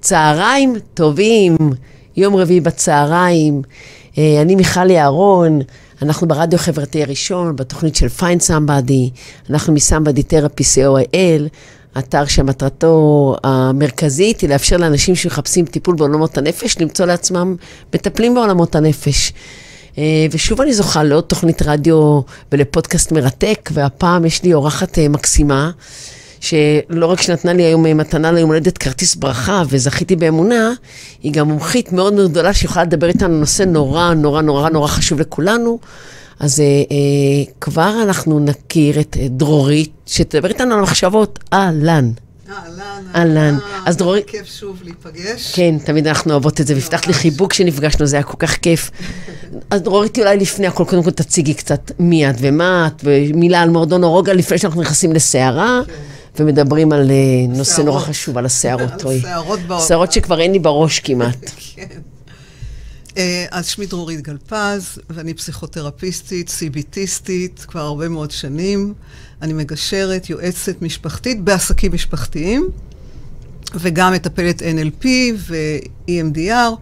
צהריים טובים, יום רביעי בצהריים. אה, אני מיכל יערון, אנחנו ברדיו חברתי הראשון, בתוכנית של Find Somebody, אנחנו מסמבדי תרפי co.il, אתר שמטרתו המרכזית היא לאפשר לאנשים שמחפשים טיפול בעולמות הנפש, למצוא לעצמם מטפלים בעולמות הנפש. אה, ושוב אני זוכה לעוד תוכנית רדיו ולפודקאסט מרתק, והפעם יש לי אורחת אה, מקסימה. שלא רק שנתנה לי היום אה, מתנה ליום הולדת כרטיס ברכה וזכיתי באמונה, היא גם מומחית מאוד מאוד גדולה שיכולה לדבר איתנו על נושא נורא נורא נורא נורא חשוב לכולנו. אז אה, אה, כבר אנחנו נכיר את אה, דרורית, שתדבר איתנו על מחשבות. אהלן. אהלן, אהלן. אז דרורי- כיף שוב להיפגש. כן, תמיד אנחנו אוהבות את זה, והבטחת לי ממש. חיבוק שנפגשנו, זה היה כל כך כיף. אז דרורית, אולי לפני הכל, קודם כל תציגי קצת מי את ומה את, ומילה על מועדון אורוגה לפני שאנחנו נכנסים לסערה, ומדברים על אה, נושא נורא שערות. חשוב, על הסערות. על שערות בעולם. שערות שכבר אין לי בראש כמעט. כן. אה, אז שמי דרורית גלפז, ואני פסיכותרפיסטית, CBTיסטית, כבר הרבה מאוד שנים. אני מגשרת, יועצת משפחתית בעסקים משפחתיים, וגם מטפלת NLP ו-EMDR.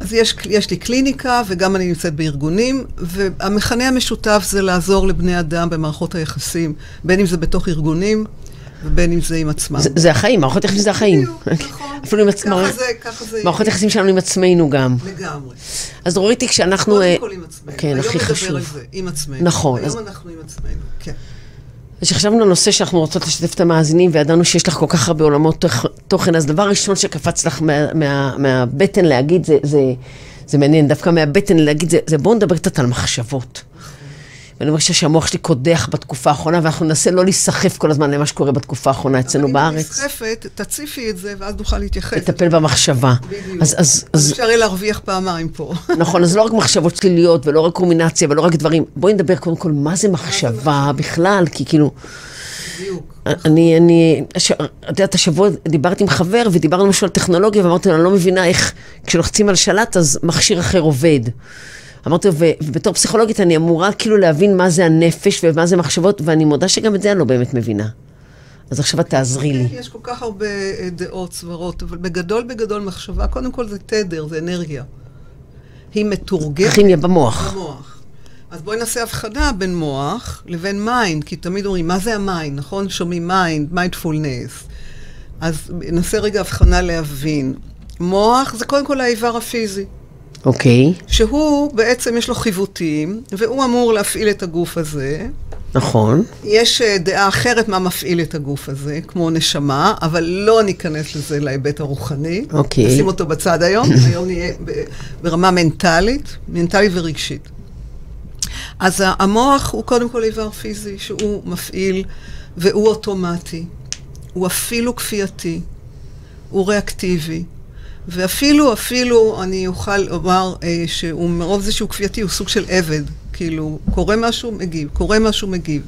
אז יש, יש לי קליניקה, וגם אני נמצאת בארגונים, והמכנה המשותף זה לעזור לבני אדם במערכות היחסים, בין אם זה בתוך ארגונים, ובין אם זה עם עצמם. זה- זה החיים, מערכות יחסים זה החיים. בדיוק, נכון. אפילו עם נכון. עצ- ככה מערכ- זה, ככה זה מערכות יהיה. יחסים שלנו עם עצמנו גם. לגמרי. אז דרוריתי, כשאנחנו... אה, קודם כל עם עצמנו. כן, הכי היום נדבר חשוב. על זה, עם עצמנו. נכון, אז- היום אנחנו עם עצמנו, כן. אז כשחשבנו על נושא שאנחנו רוצות לשתף את המאזינים, וידענו שיש לך כל כך הרבה עולמות תוכ- תוכן, אז דבר ראשון שקפץ לך מה, מה, מהבטן להגיד, זה, זה, זה מעניין, דווקא מהבטן להגיד, זה, זה בואו נדבר קצת על מחשבות. ואני מרגישה שהמוח שלי קודח בתקופה האחרונה, ואנחנו ננסה לא להיסחף כל הזמן למה שקורה בתקופה האחרונה אצלנו אבל אם את בארץ. נסחפת, תציפי את זה, ואז נוכל להתייחס. לטפל במחשבה. בדיוק. אז, אז, אז אז אפשר יהיה להרוויח פעמיים פה. נכון, אז לא רק מחשבות שליליות, ולא רק קומבינציה, ולא רק דברים. בואי נדבר קודם כל מה זה מחשבה בכלל, כי כאילו... בדיוק. אני, אני, הש- את יודעת, השבוע דיברתי עם חבר ודיברנו משהו על טכנולוגיה ואמרתי לו, אני לא מבינה איך כשלוחצים על שלט אז מכשיר אחר עובד. אמרתי לו, "ו- ובתור פסיכולוגית אני אמורה כאילו להבין מה זה הנפש ומה זה מחשבות, ואני מודה שגם את זה אני לא באמת מבינה. אז עכשיו את תעזרי לי. כן, יש כל כך הרבה אה, דעות, סברות, אבל בגדול בגדול מחשבה, קודם כל זה תדר, זה אנרגיה. היא מתורגמת כימיה במוח. במוח. אז בואי נעשה הבחנה בין מוח לבין מיינד, כי תמיד אומרים, מה זה המיינד, נכון? שומעים מיינד, מיינדפולנס. אז נעשה רגע הבחנה להבין. מוח זה קודם כל האיבר הפיזי, אוקיי, שהוא בעצם יש לו חיווטים, והוא אמור להפעיל את הגוף הזה. נכון. יש אה, דעה אחרת מה מפעיל את הגוף הזה, כמו נשמה, אבל לא ניכנס לזה להיבט הרוחני. אוקיי. נשים אותו בצד היום, היום נהיה ב- ברמה מנטלית, מנטלית ורגשית. אז ה- המוח הוא קודם כל איבר פיזי שהוא מפעיל והוא אוטומטי, הוא אפילו כפייתי, הוא ריאקטיבי, ואפילו, אפילו אני אוכל לומר אה, שהוא מרוב זה שהוא כפייתי הוא סוג של עבד, כאילו קורה משהו מגיב, קורה משהו מגיב,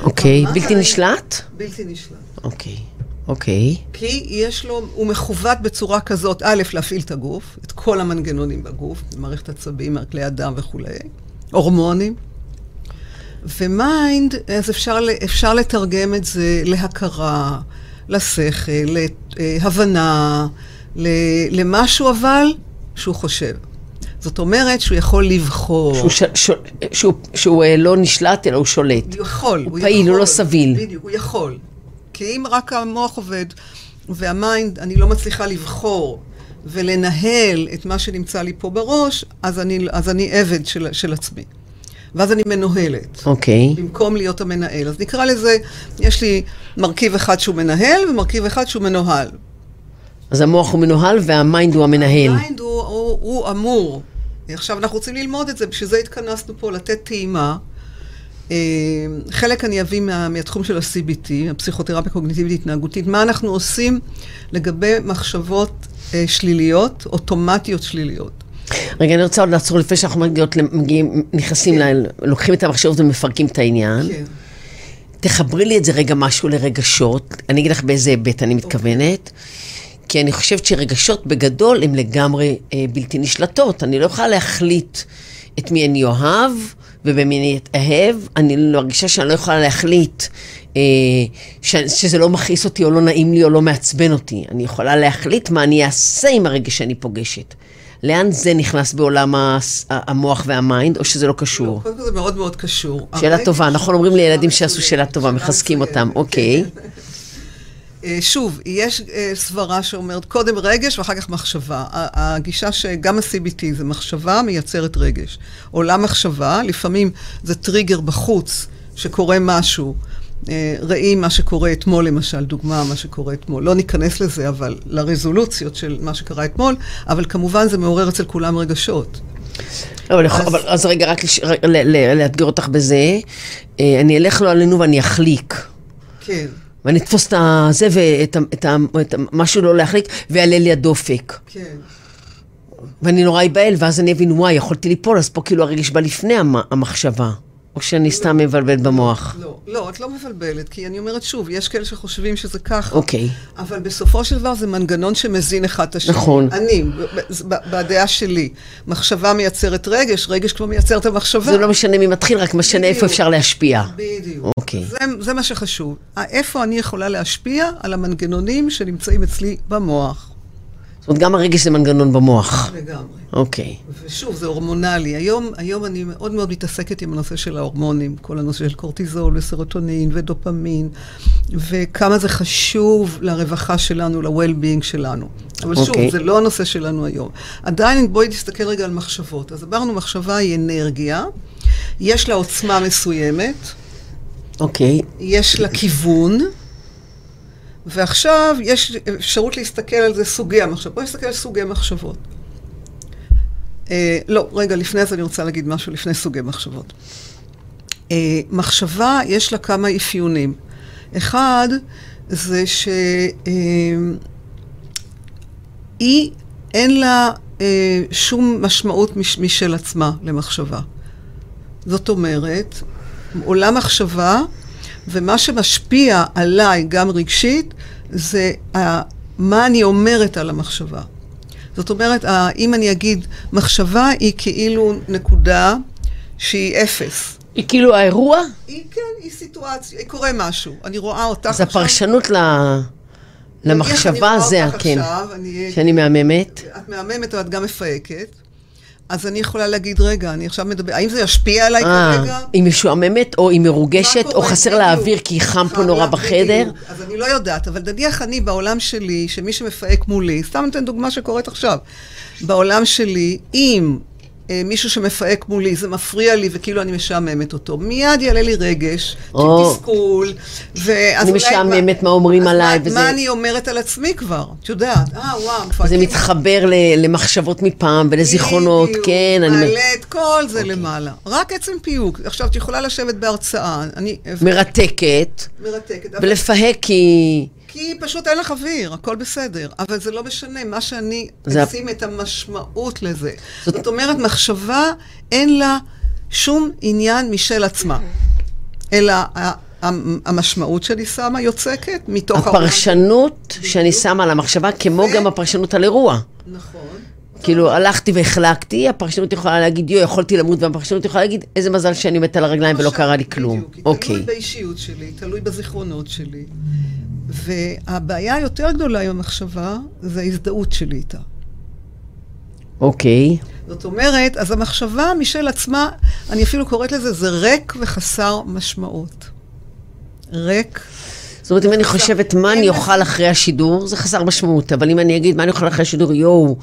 אוקיי. מה בלתי זה? נשלט? בלתי נשלט. אוקיי. אוקיי. כי יש לו, הוא מכוות בצורה כזאת, א', להפעיל את הגוף, את כל המנגנונים בגוף, מערכת עצבים, כלי הדם וכולי, הורמונים. ומיינד, אז אפשר, ל- אפשר לתרגם את זה להכרה, לשכל, להבנה, ל- למשהו אבל שהוא חושב. זאת אומרת שהוא יכול לבחור. שהוא ש- ש- שהוא- שהוא אה, לא נשלט, אלא הוא שולט. הוא יכול. הוא פעיל, הוא יכול. לא סביל. בדיוק, הוא יכול. כי אם רק המוח עובד והמיינד, אני לא מצליחה לבחור ולנהל את מה שנמצא לי פה בראש, אז אני, אז אני עבד של, של עצמי. ואז אני מנוהלת. אוקיי. במקום להיות המנהל. אז נקרא לזה, יש לי מרכיב אחד שהוא מנהל ומרכיב אחד שהוא מנוהל. אז המוח הוא מנוהל והמיינד הוא המנהל. המיינד הוא, הוא, הוא אמור. עכשיו, אנחנו רוצים ללמוד את זה, בשביל זה התכנסנו פה לתת טעימה. אה, חלק אני אביא מה, מהתחום של ה-CBT, הפסיכותרפיה הקוגניטיבית התנהגותית, מה אנחנו עושים לגבי מחשבות אה, שליליות, אוטומטיות שליליות. רגע, אני רוצה עוד לעצור לפני שאנחנו מגיעות, מגיעים, נכנסים, ל... לוקחים את המחשבות ומפרקים את העניין. כן. תחברי לי את זה רגע משהו לרגשות. אני אגיד לך באיזה היבט אני מתכוונת. כי אני חושבת שרגשות בגדול הן לגמרי אה, בלתי נשלטות. אני לא יכולה להחליט את מי אני אוהב ובמי אני אתאהב. אני מרגישה שאני לא יכולה להחליט אה, ש, שזה לא מכעיס אותי או לא נעים לי או לא מעצבן אותי. אני יכולה להחליט מה אני אעשה עם הרגש שאני פוגשת. לאן זה נכנס בעולם הס- ה- המוח והמיינד, או שזה לא לא, קשור? קודם כל זה מאוד מאוד קשור. שאלה הרגש- טובה, נכון אומרים לילדים שעשו שאלה מצוינת, טובה, מחזקים מצוינת. כן. אותם, אוקיי. אה, שוב, יש אה, סברה שאומרת קודם רגש ואחר כך מחשבה. ה- הגישה שגם ה-CBT זה מחשבה מייצרת רגש. עולה מחשבה, לפעמים זה טריגר בחוץ שקורה משהו. אה, ראי מה שקורה אתמול למשל, דוגמה מה שקורה אתמול. לא ניכנס לזה, אבל לרזולוציות של מה שקרה אתמול, אבל כמובן זה מעורר אצל כולם רגשות. לא, אבל יכול- אז- אבל- אז רגע, רק לש- ר- ל- ל- לאתגר אותך בזה. אה, אני אלך לא עלינו ואני אחליק. כן. ואני אתפוס את זה ואת ה- את ה- את ה- משהו לא להחליק, ויעלה לי הדופק. כן. ואני נורא אבהל, ואז אני אבין, וואי, יכולתי ליפול, אז פה כאילו הרגש בא לפני המ- המחשבה. או שאני סתם מבלבלת במוח. לא, לא, את לא מבלבלת, כי אני אומרת שוב, יש כאלה שחושבים שזה ככה. אוקיי. אבל בסופו של דבר זה מנגנון שמזין אחד את השני. נכון. אני, ב- ב- ב- בדעה שלי, מחשבה מייצרת רגש, רגש כבר מייצר את המחשבה. זה לא משנה מי מתחיל, רק משנה איפה בדיוק. אפשר להשפיע. בדיוק. אוקיי. זה, זה מה שחשוב. ה- איפה אני יכולה להשפיע על המנגנונים שנמצאים אצלי במוח. זאת אומרת, גם הרגש זה מנגנון במוח. לגמרי. אוקיי. ושוב, זה הורמונלי. היום, היום אני מאוד מאוד מתעסקת עם הנושא של ההורמונים, כל הנושא של קורטיזול וסרוטונין ודופמין, וכמה זה חשוב לרווחה שלנו, ל-well-being שלנו. אבל שוב, אוקיי. זה לא הנושא שלנו היום. עדיין, בואי נסתכל רגע על מחשבות. אז אמרנו, מחשבה היא אנרגיה, יש לה עוצמה מסוימת, אוקיי. יש לה כיוון, ועכשיו יש אפשרות להסתכל על זה סוגי המחשבות. בואי נסתכל על סוגי מחשבות. אה, לא, רגע, לפני זה אני רוצה להגיד משהו לפני סוגי מחשבות. אה, מחשבה, יש לה כמה אפיונים. אחד, זה אה, שהיא, אין לה אה, שום משמעות מש, משל עצמה למחשבה. זאת אומרת, עולה מחשבה, ומה שמשפיע עליי גם רגשית, זה ה, מה אני אומרת על המחשבה. זאת אומרת, ה- אם אני אגיד, מחשבה היא כאילו נקודה שהיא אפס. היא כאילו האירוע, היא, כן, היא סיטואציה, היא קורה משהו. אני רואה אותך אז הפרשנות ל- למחשבה זה, נניח אני כן. רואה אותך עכשיו, אני- שאני מהממת. את מהממת, אבל את גם מפהקת. אז אני יכולה להגיד, רגע, אני עכשיו מדבר, האם זה ישפיע עליי כרגע? אה, היא משועממת, או היא מרוגשת, מה או קורה? חסר בדיוק. לה אוויר כי חם פה נורא לה- בחדר. בדיוק. אז אני לא יודעת, אבל נניח אני בעולם שלי, שמי שמפהק מולי, סתם נותן דוגמה שקורית עכשיו. בעולם שלי, אם אה, מישהו שמפהק מולי, זה מפריע לי וכאילו אני משעממת אותו, מיד יעלה לי רגש, של או. תסכול, ואז אני אולי כבר- משעממת, מה אומרים אז עליי, מה, וזה- מה אני אומרת על עצמי כבר? את יודעת, אה, וואו, מפהקים. זה מתחבר ל- למחשבות מפעם ולזיכרונות, בדיוק, כן, אני מ- אוקיי. מעלה את כל זה למעלה. רק עצם פיוק. עכשיו, את יכולה לשבת בהרצאה, אני... מרתקת, מרתקת. אבל- ולפהק כי... כי פשוט אין לך אוויר, הכל בסדר. אבל זה לא משנה, מה שאני זה- אשים את המשמעות לזה. זאת... זאת אומרת, מחשבה אין לה שום עניין משל עצמה. אלא ה- ה- המשמעות שאני שמה יוצקת מתוך... העולם. הפרשנות שאני שמה על המחשבה, כמו ו- גם הפרשנות על אירוע. נכון. כאילו, הלכתי והחלקתי, הפרשנות יכולה להגיד, יו, יכולתי למות, והפרשנות יכולה להגיד, איזה מזל שאני מתה על הרגליים ולא למשל, קרה לי כלום. בדיוק, היא אוקיי. תלוי באישיות שלי, תלוי בזיכרונות שלי. והבעיה היותר גדולה עם המחשבה, זה ההזדהות שלי איתה. אוקיי. זאת אומרת, אז המחשבה משל עצמה, אני אפילו קוראת לזה, זה ריק וחסר משמעות. ריק. זאת אומרת, אם אני חושבת מה אני אין אוכל אחרי השידור, זה חסר משמעות, אבל אם אני אגיד מה אני אוכל אחרי השידור, יואו,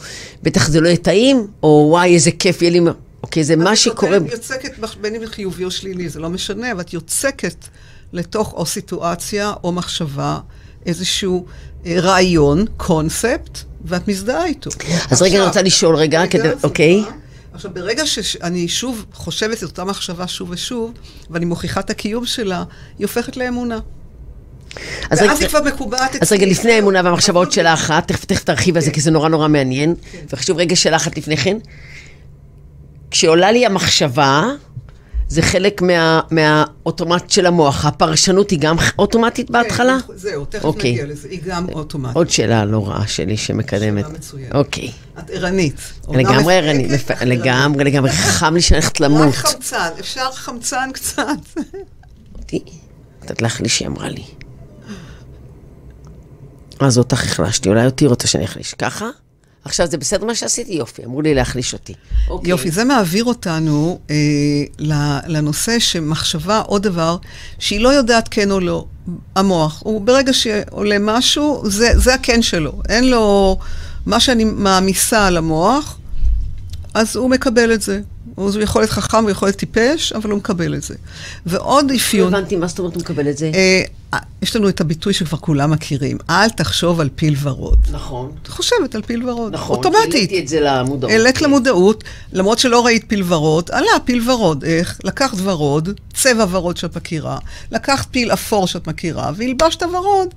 בטח זה לא יהיה טעים, או וואי, איזה כיף יהיה לי... מה-" אוקיי, זה לא מה שקורה... את יוצקת, בח- בין אם חיובי או שלילי, זה לא משנה, אבל את יוצקת לתוך או סיטואציה או מחשבה, איזשהו אה, רעיון, קונספט, ואת מזדהה איתו. אז רגע, אני עכשיו, רוצה לשאול רגע, רגע, כדי... סליחה. אוקיי. עכשיו, ברגע שאני שוב חושבת את אותה מחשבה שוב ושוב, ואני מוכיחה את הקיום שלה, היא הופכת לאמונה. אז ואז רגע... היא כבר מקובעת אצלי. אז רגע, לפני האמונה נכון. והמחשבות שאלה אחת, תכף תכף תרחיב כן. על זה, כי זה נורא נורא מעניין, וחשוב רגע שאלה אחת לפני כן. כשעולה לי המחשבה, זה חלק מה, מהאוטומט של המוח. הפרשנות היא גם אוטומטית בהתחלה? כן, זהו, תכף אוקיי. נגיע לזה. היא גם אוטומטית. עוד שאלה לא רעה שלי שמקדמת. שאלה מצוינת. אוקיי. את ערנית. לגמרי, אומנם אני- מפהקת, לפ- אך ערנית. לגמרי, לגמרי, לא חם לי שאני הולכת רק למות. חמצן, אפשר חמצן קצת. אותי? נתת לך לי שהיא אמרה לי. אז אותך החלשתי, אולי אותי רוצה שאני אחליש. ככה? עכשיו זה בסדר מה שעשיתי? יופי, אמרו לי להחליש אותי. אוקיי. יופי, זה מעביר אותנו אה, ל- לנושא שמחשבה, עוד דבר, שהיא לא יודעת כן או לא. המוח, הוא ברגע שעולה משהו, זה, זה הכן שלו. אין לו... מה שאני מעמיסה על המוח, אז הוא מקבל את זה. אז הוא יכול להיות חכם, הוא יכול להיות טיפש, אבל הוא מקבל את זה. ועוד לא אפיון... הבנתי, מה זאת אומרת הוא מקבל את זה? אה, אה, יש לנו את הביטוי שכבר כולם מכירים, אל תחשוב על פיל ורוד. נכון, את חושבת על פיל ורוד, נכון. אוטומטית. העליתי את זה למודעות. כן. העלית למודעות, למרות שלא ראית פיל ורוד, עלה פיל ורוד, איך? לקחת ורוד, צבע ורוד שאת מכירה, לקחת פיל אפור שאת מכירה, והלבשת ורוד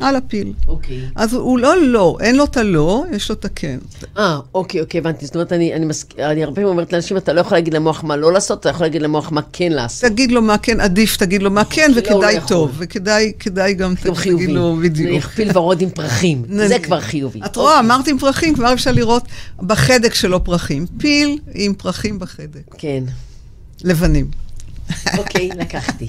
על הפיל. אוקיי. אז הוא לא לא, אין לו את הלא, יש לו את הכן. אה, אוקיי, אוקיי, הבנתי. זאת אומרת, אני, אני, מסכ... אני הרבה פעמים אומרת לאנשים, אתה לא יכול להגיד למוח מה לא לעשות, אתה יכול להגיד למוח מה כן לעשות. תגיד לו מה כן עדיף, תגיד לו מה כן, לא, הוא לא וכדאי יכול. טוב, וכדאי כדאי גם גם חיובי. תגיד לו, בדיוק. נניח פיל ורוד עם פרחים, זה נניח. כבר חיובי. אוקיי. את רואה, אמרת עם פרחים, כבר אפשר לראות בחדק שלו פרחים. פיל עם פרחים בחדק, כן. לבנים. אוקיי, לקחתי.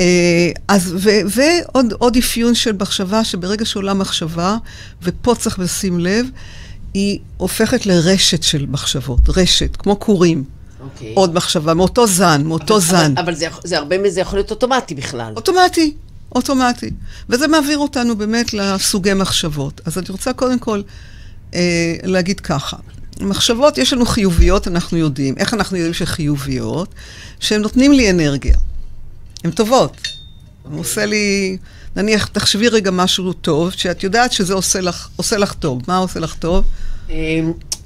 אה, אז, ו, ועוד עוד אפיון של מחשבה, שברגע שעולה מחשבה, ופה צריך לשים לב, היא הופכת לרשת של מחשבות, רשת, כמו כורים. אוקיי. עוד מחשבה, מאותו זן, מאותו זן. אבל, אבל זה, יכול- זה הרבה מזה יכול להיות אוטומטי בכלל. אוטומטי, אוטומטי. וזה מעביר אותנו באמת לסוגי מחשבות. אז אני רוצה קודם כל אה, להגיד ככה. מחשבות, יש לנו חיוביות, אנחנו יודעים. איך אנחנו יודעים שחיוביות? שהם נותנים לי אנרגיה. הן טובות. Okay. עושה לי, נניח, תחשבי רגע משהו טוב, שאת יודעת שזה עושה לך, עושה לך טוב. מה עושה לך טוב? אה,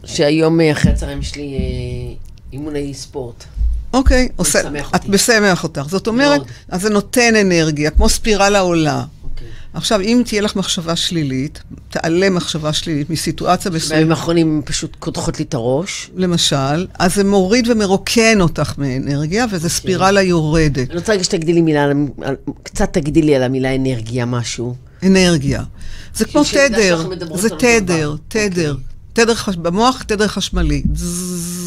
שהיום אה, אחרי הצהריים יש לי אה, אימוני ספורט. אוקיי, עושה, משמח את אותי. משמח אותך. זאת אומרת, מאוד. אז זה נותן אנרגיה, כמו ספירלה עולה. אוקיי. עכשיו, אם תהיה לך מחשבה שלילית, תעלה מחשבה שלילית מסיטואציה מסוימת, בימים האחרונים הם פשוט קודחות לי את הראש. למשל, אז זה מוריד ומרוקן אותך מאנרגיה, אוקיי. וזה ספירלה יורדת. אני רוצה רגע שתגדילי מילה, על המ- על- קצת תגדילי על המילה אנרגיה משהו. אנרגיה. זה כמו שנדע תדר, שאנחנו מדברות זה על אוקיי. אותו תדר, דבר. תדר. תדר חש- במוח, תדר חשמלי. זזזז.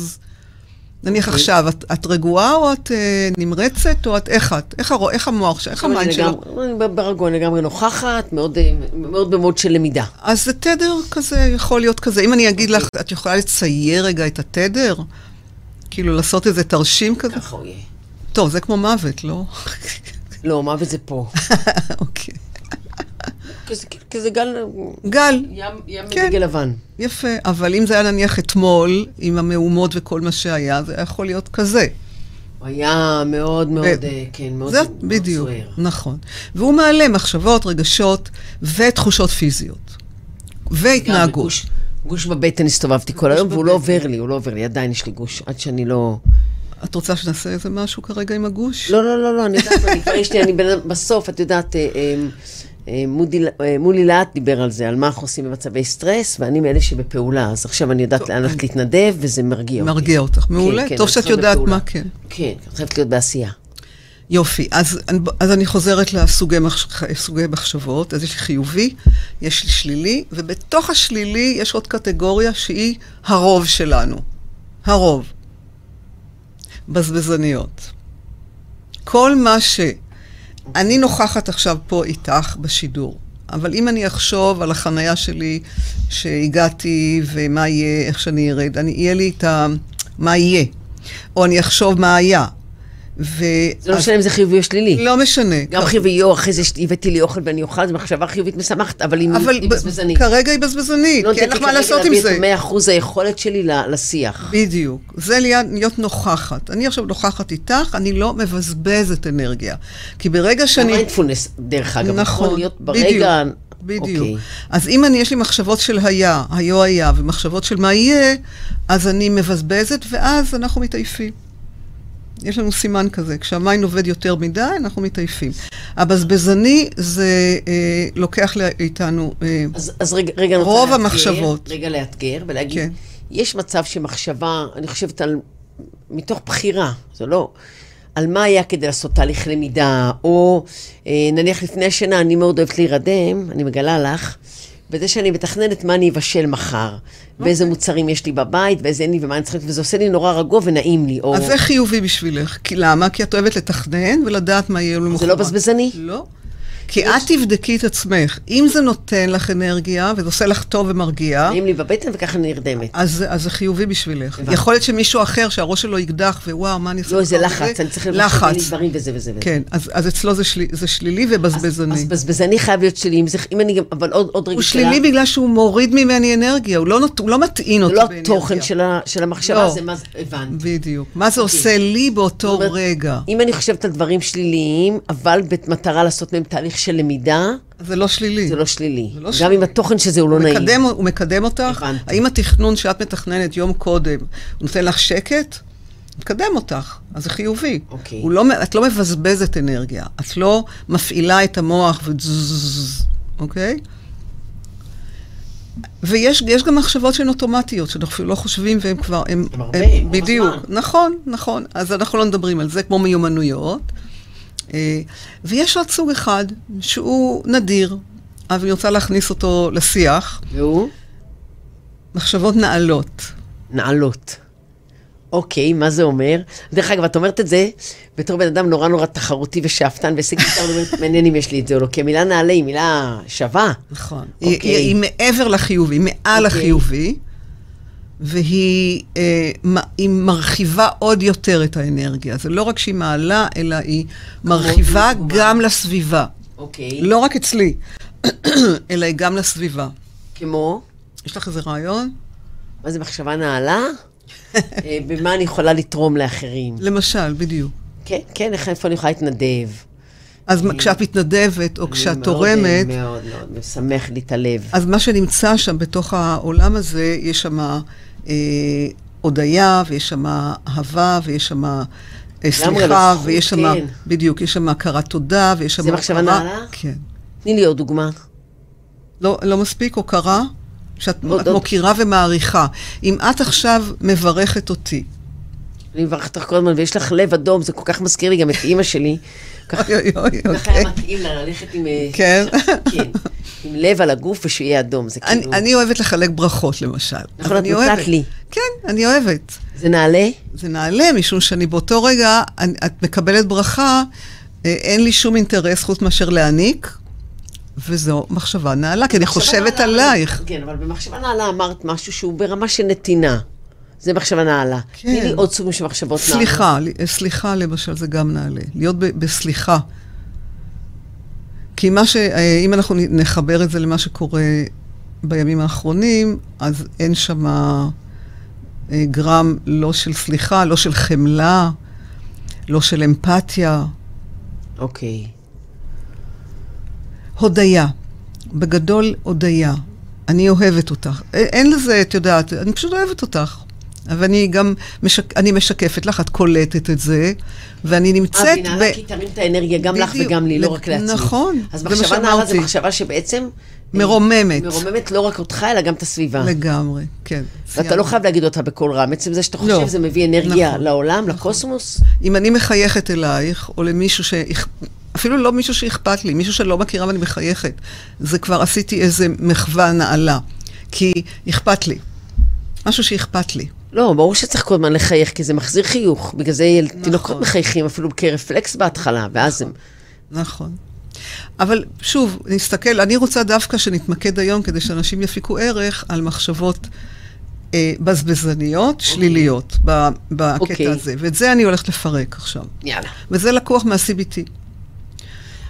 נניח אוקיי. עכשיו, את- את רגועה או את אה, נמרצת, או את איך את? איך הרוא- איך המוח שלך? איך אני המיינד שלך? לגמרי- אני ברגוע, אני לגמרי נוכחת, מאוד, אה, מאוד במוד של למידה. אז זה תדר כזה, יכול להיות כזה. אם אני אגיד לך, את יכולה לצייר רגע את התדר? כאילו לעשות איזה תרשים כזה? ככה הוא יהיה. טוב, זה כמו מוות, לא? לא, מוות זה פה. אוקיי. כזה- כזה גל, גל, ים ים כן. מדגל לבן. יפה. אבל אם זה היה נניח אתמול, עם המהומות וכל מה שהיה, זה היה יכול להיות כזה. הוא היה מאוד מאוד, ו- אה, כן, מאוד זה מאוד בדיוק, סוער. נכון. והוא מעלה מחשבות, רגשות ותחושות פיזיות. גם והתנהגות. גוש- גוש בבטן הסתובבתי כל היום, והוא לא עובר לי, הוא לא עובר לי, עדיין יש לי גוש, עד שאני לא... את רוצה שנעשה איזה משהו כרגע עם הגוש? לא, לא, לא, לא, אני יודעת, אני כבר יש לי, אני בן אדם, בסוף, את יודעת, אה, אה, אה, מודי- אה, מולי להט דיבר על זה, על מה אנחנו עושים במצבי סטרס, ואני מאלה שבפעולה, אז עכשיו אני יודעת לאן הולכת להתנדב, וזה מרגיע אותי. מרגיע אותך. מעולה. לא. כן, טוב אני שאת צריכה יודעת בפעולה. מה כן. כן, את חייבת להיות בעשייה. יופי, אז, אז אני חוזרת לסוגי מחש, סוגי מחשבות. אז יש לי חיובי, יש לי שלילי, ובתוך השלילי יש עוד קטגוריה שהיא הרוב שלנו. הרוב. בזבזניות. כל מה ש... אני נוכחת עכשיו פה איתך בשידור, אבל אם אני אחשוב על החנייה שלי שהגעתי ומה יהיה, איך שאני ארד, אני, יהיה לי את ה... מה יהיה. או אני אחשוב מה היה. ו... זה לא אז- משנה אם זה חיובי או שלילי. לא משנה. גם חיובי או אחרי זה שהבאתי לי אוכל ואני אוכל, זו מחשבה חיובית משמחת, אבל היא אבל היא ב- בזבזנית. כרגע היא בזבזנית, לא כי אין כן, נותנת לך מה לי לעשות כרגע עם להביא זה. את 100% היכולת שלי ל- לשיח. בדיוק. זה להיות, להיות נוכחת. אני עכשיו נוכחת איתך, אני לא מבזבזת אנרגיה. כי ברגע שאני... מיינדפולנס, דרך אגב, נכון, להיות בדיוק, ברגע... בדיוק. אוקיי. אז אם אני, יש לי מחשבות של היה, היו היה, ומחשבות של מה יהיה, אז אני מבזבזת, ואז אנחנו מתעייפים. יש לנו סימן כזה, כשהמיין עובד יותר מדי, אנחנו מתעייפים. הבזבזני זה אה, לוקח לה- איתנו... אה, אז, אז רגע, רגע, אני רוצה רוב לאתגר, המחשבות. רגע לאתגר ולהגיד, כן. כן. יש מצב שמחשבה, אני חושבת על, מתוך בחירה, זה לא, על מה היה כדי לעשות תהליך למידה, או אה, נניח לפני השינה, אני מאוד אוהבת להירדם, אני מגלה לך, בזה שאני מתכננת מה אני אבשל מחר, אוקיי. ואיזה מוצרים יש לי בבית, ואיזה אין לי, ומה אני צריכה, וזה עושה לי נורא רגוע ונעים לי. או... אז זה חיובי בשבילך. כי למה? כי את אוהבת לתכנן ולדעת מה יהיה למחרת. זה לא בזבזני? לא. כי את תבדקי את עצמך. אם זה נותן לך אנרגיה, וזה עושה לך טוב ומרגיע, נעים לי בבטן וככה אני נרדמת. אז, אז זה חיובי בשבילך. הבנתי. יכול להיות שמישהו אחר שהראש שלו אקדח, ווואו, מה אני עושה? לא, זה בכל לחץ, זה?" אני צריכה אוקיי. לחץ. לי דברים וזה וזה וזה. כן, אז, אז אצלו זה, של, זה שלילי ובזבזני. אז בזבזני חייב להיות שלי, אם זה, אם אני גם, אבל עוד, עוד רגע הוא שאלה. שלילי בגלל שהוא מוריד ממני אנרגיה, הוא לא, נות, הוא לא מטעין זה אותי לא באנרגיה. התוכן של, ה, של המחשבה, לא. זה מה זה, הבנתי. בדיוק. מה זה עושה לי באותו אומרת, רגע? אם אני חושבת על דברים שליליים, אבל במטרה לעשות מהם תהליך של למידה, זה לא שלילי. זה לא שלילי. זה לא גם שלילי. אם התוכן של זה הוא לא הוא נעים. מקדם, הוא מקדם אותך? הבנתי. האם התכנון שאת מתכננת יום קודם, הוא נותן לך שקט? מקדם אותך, אז זה חיובי. אוקיי. הוא לא, מ- את לא מבזבזת אנרגיה, את לא מפעילה את המוח וזזזז, אוקיי? ויש יש גם מחשבות שהן אוטומטיות, שאנחנו אפילו לא חושבים והן כבר, הן... הם הרבה, הן- עם הזמן. בדיוק, נכון, נכון. אז אנחנו לא מדברים על זה, כמו מיומנויות. אה, ויש עוד סוג אחד, שהוא נדיר, אבל אני רוצה להכניס אותו לשיח, והוא? מחשבות נעלות. נעלות. אוקיי, מה זה אומר? דרך אגב, את אומרת את זה בתור בן אדם נורא נורא תחרותי ושאפתן והשיג איתה, אני אומרת, מעניין אם יש לי את זה או לא, כי המילה נעלה היא מילה שווה. נכון. היא, אוקיי. היא, היא מעבר לחיובי, מעל אוקיי. החיובי, והיא אה, מ- היא מרחיבה עוד יותר את האנרגיה. זה לא רק שהיא מעלה, אלא היא מרחיבה כמו גם לסביבה. אוקיי. לא רק אצלי, אלא היא גם לסביבה. כמו? יש לך איזה רעיון? Mm. מה זה מחשבה נעלה? אה, במה אני יכולה לתרום לאחרים? למשל, בדיוק. כן, כן, איך- איפה אני יכולה להתנדב? אז מה- כשאת מתנדבת, או כשאת תורמת, אני אה, מאוד אה, מאוד מאוד משמח לי את הלב. אז מה שנמצא שם בתוך העולם הזה, יש שם אה, הודיה, ויש שם אהבה, ויש שם אה, סליחה, לזכות, ויש שם, כן. בדיוק, יש שם הכרת תודה, ויש שם... זה מחשבה הוקרה. נעלה? כן. תני לי עוד דוגמה. לא, לא מספיק הוקרה, שאת עוד- את עוד. מוקירה ומעריכה. אם את עכשיו מברכת אותי, אני מברכת אותך כל הזמן, ויש לך לב אדום, זה כל כך מזכיר לי גם את אימא שלי. ככה אוי אוי אוי, ככה היה אוקיי. מתאים לה ללכת עם... אה, כן. כן. עם לב על הגוף ושיהיה אדום, זה אני, כאילו... נכון, אני אוהבת לחלק ברכות, למשל. אז את אני נתת אוהבת. לי. כן, אני אוהבת. זה נעלה? זה נעלה, משום שאני באותו רגע, אני, את מקבלת ברכה, אה, אין לי שום אינטרס חוץ מאשר להעניק, וזו מחשבה נעלה, כי אני חושבת מחשבה נעלה- עלייך. כן, אבל במחשבה נעלה אמרת משהו שהוא ברמה של נתינה. זה מחשבה נעלה. כן. תני לי עוד סוג של מחשבות נעלה. סליחה, ל- אה, סליחה למשל, זה גם נעלה. להיות ב, בסליחה. כי מה ש... אה, אם אנחנו נ- נחבר את זה למה שקורה בימים האחרונים, אז אין שם אה, גרם לא של סליחה, לא של חמלה, לא של אמפתיה. אוקיי. הודיה. בגדול, הודיה. אני אוהבת אותך. א- אין לזה, את יודעת, אני פשוט אוהבת אותך. ואני גם, משק, אני משקפת לך, את קולטת את זה, ואני נמצאת מבינה, רק היא תרים את האנרגיה גם לך בדיוק. וגם לי, לא ל- רק לעצמי. נכון, אז זה מה מחשבה נעלה זה שאמרתי. מחשבה שבעצם... אה, מרוממת. מרוממת לא רק אותך, אלא גם את הסביבה. לגמרי, כן. ואתה לא חייב להגיד אותה בקול רם. עצם זה שאתה חושב, לא. זה מביא אנרגיה נכון. לעולם, לקוסמוס. אם אני מחייכת אלייך, או למישהו ש... אפילו לא מישהו שאכפת לי, מישהו שלא מכירה ואני מחייכת, זה כבר עשיתי איזה מחווה נעלה. כי אכפת לי. משהו שאכפת לי. לא, ברור שצריך כל הזמן לחייך, כי זה מחזיר חיוך. בגלל זה יל- תינוקות מחייכים אפילו כרפלקס בהתחלה, ואז הם... נכון. אבל שוב, נסתכל, אני רוצה דווקא שנתמקד היום, כדי שאנשים יפיקו ערך, על מחשבות אה, בזבזניות, שליליות, ב, בקטע אוקיי. הזה. ואת זה אני הולכת לפרק עכשיו. יאללה. וזה לקוח מה-CBT.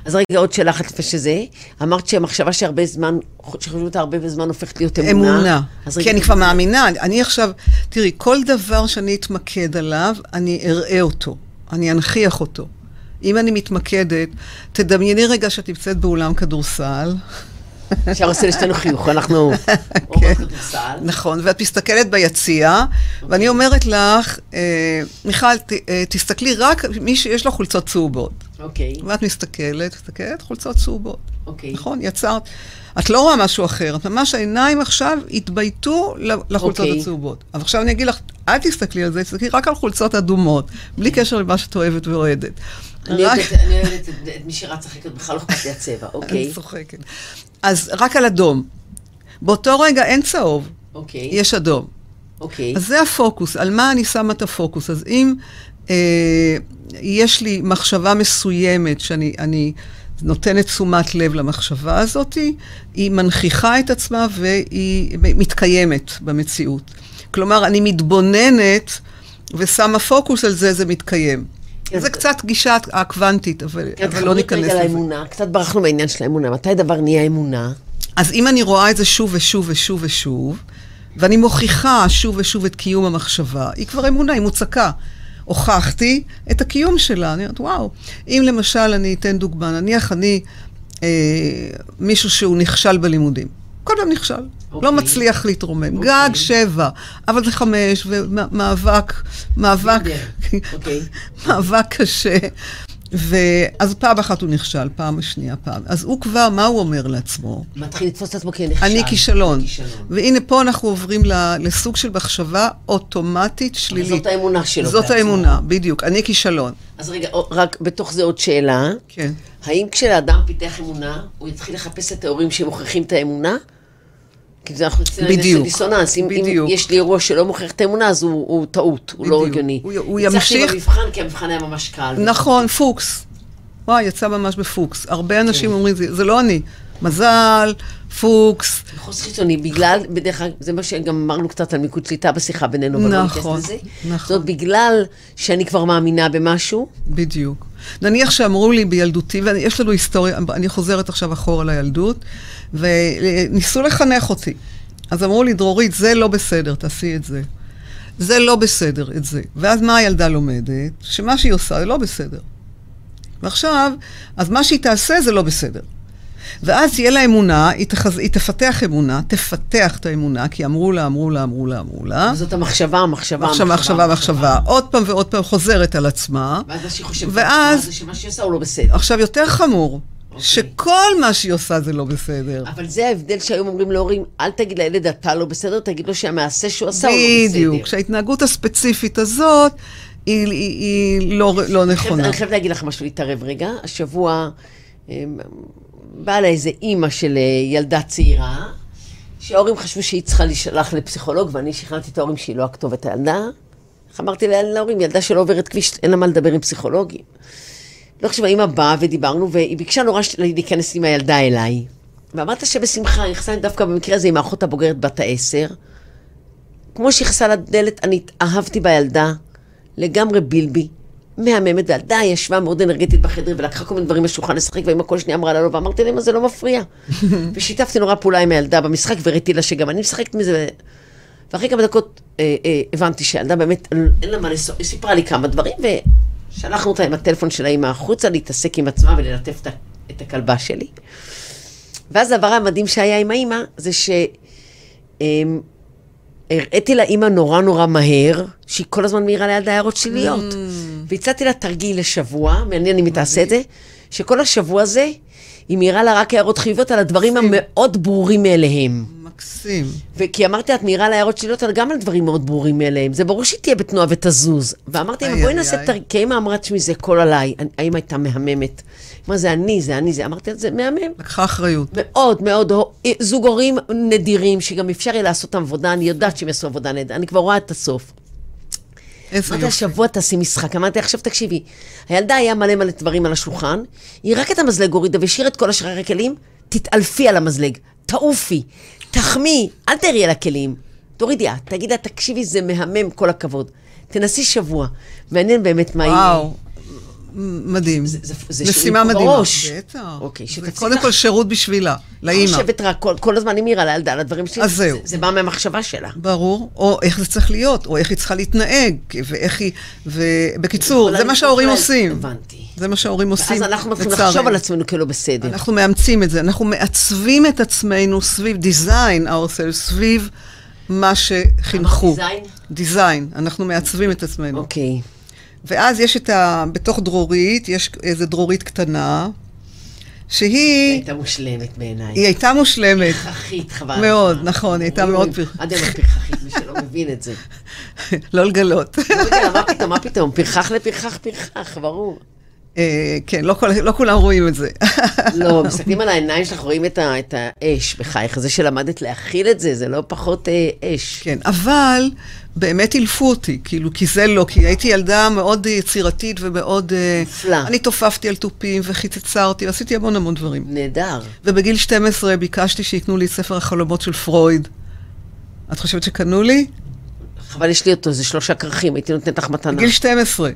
אז רגע, עוד שאלה אחת לפני שזה. אמרת שהמחשבה שהרבה זמן, שחושבים אותה הרבה זמן הופכת להיות אמונה. אמונה. אז כי רגע, אני כבר מאמינה. אני- אני עכשיו, תראי, כל דבר שאני אתמקד עליו, אני אראה אותו. אני אנכיח אותו. אם אני מתמקדת, תדמייני רגע שאת נמצאת באולם כדורסל. אפשר לעשות לשתינו חיוך, אנחנו... כן. אורות כדורסל. נכון, ואת מסתכלת ביציע, ואני אומרת לך, אה, מיכל, ת, אה, תסתכלי רק מי שיש לו חולצות צהובות. אוקיי, ואת מסתכלת, מסתכלת, חולצות צהובות. אוקיי. נכון, יצרת. את לא רואה משהו אחר, את ממש העיניים עכשיו התבייתו ל- לחולצות אוקיי. הצהובות. אבל עכשיו אני אגיד לך, אל תסתכלי על זה, תסתכלי רק על חולצות אדומות, בלי קשר למה שאת אוהבת ואוהדת. אוקיי. אני רק- אוהבת- אני אוהבת את- את מי שרץ אחרי כך, בכלל לא אכפת לי לא הצבע, אני אוקיי. צוחקת. אז רק על אדום. באותו רגע אין צהוב, אוקיי, יש אדום. אוקיי. אז זה הפוקוס, על מה אני שמה את הפוקוס. אז אם אה, יש לי מחשבה מסוימת שאני אני נותנת תשומת לב למחשבה הזאת, היא מנכיחה את עצמה והיא מתקיימת במציאות. כלומר, אני מתבוננת ושמה פוקוס על זה, זה מתקיים. אז- זה קצת גישה הקוונטית, אבל, כן, אבל לא תחברי ניכנס רגע לזה. לאמונה, קצת ברחנו מהעניין של האמונה. מתי דבר נהיה אמונה? אז אם אני רואה את זה שוב ושוב ושוב ושוב, ואני מוכיחה שוב ושוב את קיום המחשבה, היא כבר אמונה, היא מוצקה. הוכחתי את הקיום שלה. אני אומרת, וואו. אם למשל, אני אתן דוגמה, נניח אני אה, מישהו שהוא נכשל בלימודים. כל פעם נכשל, okay. אוקיי. לא מצליח להתרומם. Okay. אוקיי. גג שבע, אבל זה חמש, ומאבק, מאבק, אוקיי. מאבק קשה. ואז פעם אחת הוא נכשל, פעם השנייה פעם. אז הוא כבר, מה הוא אומר לעצמו? מתחיל לתפוס את עצמו כנכשל. אני כישלון. כישלון. והנה פה אנחנו עוברים ל- לסוג של מחשבה אוטומטית שלילית. זאת האמונה שלו זאת בעצמו. האמונה, בדיוק. אני כישלון. אז רגע, או- רק בתוך זה עוד שאלה. כן. האם כשלאדם פיתח אמונה, הוא יתחיל לחפש את ההורים שמוכיחים את האמונה? כי זה אנחנו נצא לעניין של בדיוק. דיסוננס. אם, אם בדיוק. יש לי אירוע שלא מוכיח את האמונה, אז הוא, הוא טעות, הוא לא בדיוק. הגיוני. הוא י- הוא ניצחתי ימשיך- במבחן, כי המבחן היה ממש קל. נכון, פוקס. וואי, יצא ממש בפוקס. הרבה אנשים כן. אומרים, "זה- זה לא אני. מזל, פוקס. חוץ חיצוני, בגלל, בדרך כלל, זה מה שגם אמרנו קצת על מיקוד שליטה בשיחה בינינו, אבל לא ניכנס נכון, לזה. נכון. זאת בגלל שאני כבר מאמינה במשהו, בדיוק. נניח שאמרו לי בילדותי, ויש לנו היסטוריה, אני חוזרת עכשיו אחורה לילדות, וניסו לחנך אותי. אז אמרו לי, דרורית, זה לא בסדר, תעשי את זה. זה לא בסדר, את זה. ואז מה הילדה לומדת? שמה שהיא עושה זה לא בסדר. ועכשיו, אז מה שהיא תעשה זה לא בסדר. ואז תהיה לה אמונה, היא, תחז... היא תפתח אמונה, תפתח את האמונה, כי אמרו לה, אמרו לה, אמרו לה, אמרו לה. זאת המחשבה, המחשבה, אה? מחשבה, מחשבה, מחשבה. עוד פעם ועוד פעם חוזרת על עצמה. ואז מה שהיא חושבת, ואז- זה שמה שהיא עושה הוא לא בסדר. עכשיו, יותר חמור, אוקיי. שכל מה שהיא עושה זה לא בסדר. אבל זה ההבדל שהיום אומרים להורים, אל תגיד לילד אתה לא בסדר, תגיד לו שהמעשה שהוא עשה הוא לא בסדר. בדיוק, שההתנהגות הספציפית הזאת היא- היא היא לא לא אני חייבת- נכונה. אני חייבת להגיד לך משהו, להתערב רגע. השבוע אמ, באה לה איזה אימא של אה, ילדה צעירה, שההורים חשבו שהיא צריכה להישלח לפסיכולוג, ואני שכנעתי את ההורים שהיא לא הכתובת הילדה. איך אמרתי לה- להורים, ילדה שלא עוברת כביש, אין לה מה לדבר עם פסיכולוגים. לא חשוב, האמא באה ודיברנו, והיא ביקשה נורא ש- להיכנס עם הילדה אליי. ואמרת שבשמחה, היא יחסה דווקא במקרה הזה עם האחות הבוגרת בת העשר. כמו שיחסה לדלת, אני התאהבתי בילדה, לגמרי בילבי, מהממת, והילדה ישבה מאוד אנרגטית בחדר ולקחה כל מיני דברים מהשולחן לשחק, ואמא כל שנייה אמרה לה לא, ואמרתי לה, אמא, זה לא מפריע. ושיתפתי נורא פעולה עם הילדה במשחק, והראיתי לה שגם אני משחקת מזה. ואחרי כמה דקות אה, אה, הבנתי שהילדה באמת, אין לה מה לסוף, היא סיפרה לי כמה דברים, ושלחנו אותה עם הטלפון של האמא החוצה להתעסק עם עצמה וללטף את ה- את הכלבה שלי. ואז הדבר המדהים שהיה עם האימא, זה ש... אמ, הראיתי לאימא נורא נורא מהר, שהיא כל הזמן מעירה ליד ההערות שליליות. Mm. והצעתי לה תרגיל לשבוע, מעניין אם היא תעשה את זה, שכל השבוע הזה, היא מעירה לה רק הערות חיוביות על Mm. הדברים המאוד ברורים מאליהם. מקסים. וכי אמרתי לה, את מעירה לה הערות שליליות, אבל גם על דברים מאוד ברורים מאליהם. זה ברור שהיא תהיה בתנועה ותזוז. ואמרתי לה, איי, בואי איי, נעשה איי. תרגיל, כי האמא אמרה, תשמעי, זה הכל עליי. אני- האמא הייתה מהממת. אמרה, זה אני, זה אני, זה. אמרתי לה, זה מהמם. לקחה אחריות. מאוד מאוד, הו- אה, זוג הורים נדירים, שגם אפשר יהיה לעשות אותם עבודה, אני יודעת שהם יעשו עבודה נהדרת, אני כבר רואה את הסוף. איזה אמרתי, יופי. השבוע תעשי משחק. אמרתי, עכשיו תקשיבי, הילדה היה מלא מלא דברים על השולחן, היא רק את המזלג הורידה והשאירה את כל השאר הכלים, תתעלפי על המזלג, תעופי, תחמי, אל תראי על הכלים. תורידי את, תגידי לה, תקשיבי, זה מהמם, כל הכבוד. תנסי שבוע. מעניין באמת מה יהיה. וואו. מ- מדהים. זה- זה משימה שירים פה מדהימה. בראש. בטח. אוקיי, זה שתפסיק קודם לך- כל שירות בשבילה, אני לאימא. חושבת רק, כל- כל הזמן היא מעירה לילדה על הדברים שלי. אז זה- זהו. זה בא מהמחשבה שלה. ברור, או איך זה צריך להיות, או איך היא צריכה להתנהג, ואיך היא... ובקיצור, יכולה זה מה שההורים להתנהל. עושים. הבנתי. זה מה שההורים ואז עושים, אנחנו מתחילים לצערנו. לחשוב על עצמנו כלא בסדר. אנחנו מאמצים את זה, אנחנו מעצבים את עצמנו סביב design ourselves, סביב מה שחינכו. אמרת דיזיין, אנחנו מעצבים את עצמנו. אוקיי. ואז יש את ה... בתוך דרורית, יש איזה דרורית קטנה, שהיא... הייתה מושלמת בעיניי. היא הייתה מושלמת. פרחחית, חבל. מאוד, הזמן. נכון, היא הייתה אוי, מאוד אוי, פרחחית. עד היום את פרחחית, מי שלא מבין את זה. לא לגלות. לא יודע, מה פתאום, מה פתאום, פרחח לפרחח פרחח, ברור. אה, כן, לא, כל, לא כולם רואים את זה. לא, מסתכלים על העיניים שלך, רואים את, ה, את האש בחייך, זה שלמדת להכיל את זה, זה לא פחות אה, אש. כן, אבל באמת אילפו אותי, כאילו, כי זה לא, כי הייתי ילדה מאוד יצירתית ומאוד... אה, נפלא. אני תופפתי על תופים וחיצצרתי, עשיתי המון המון דברים. נהדר. ובגיל 12 ביקשתי שייתנו לי את ספר החלומות של פרויד. את חושבת שקנו לי? חבל, יש לי אותו, זה שלושה כרכים, הייתי נותנת לך מתנה. בגיל 12.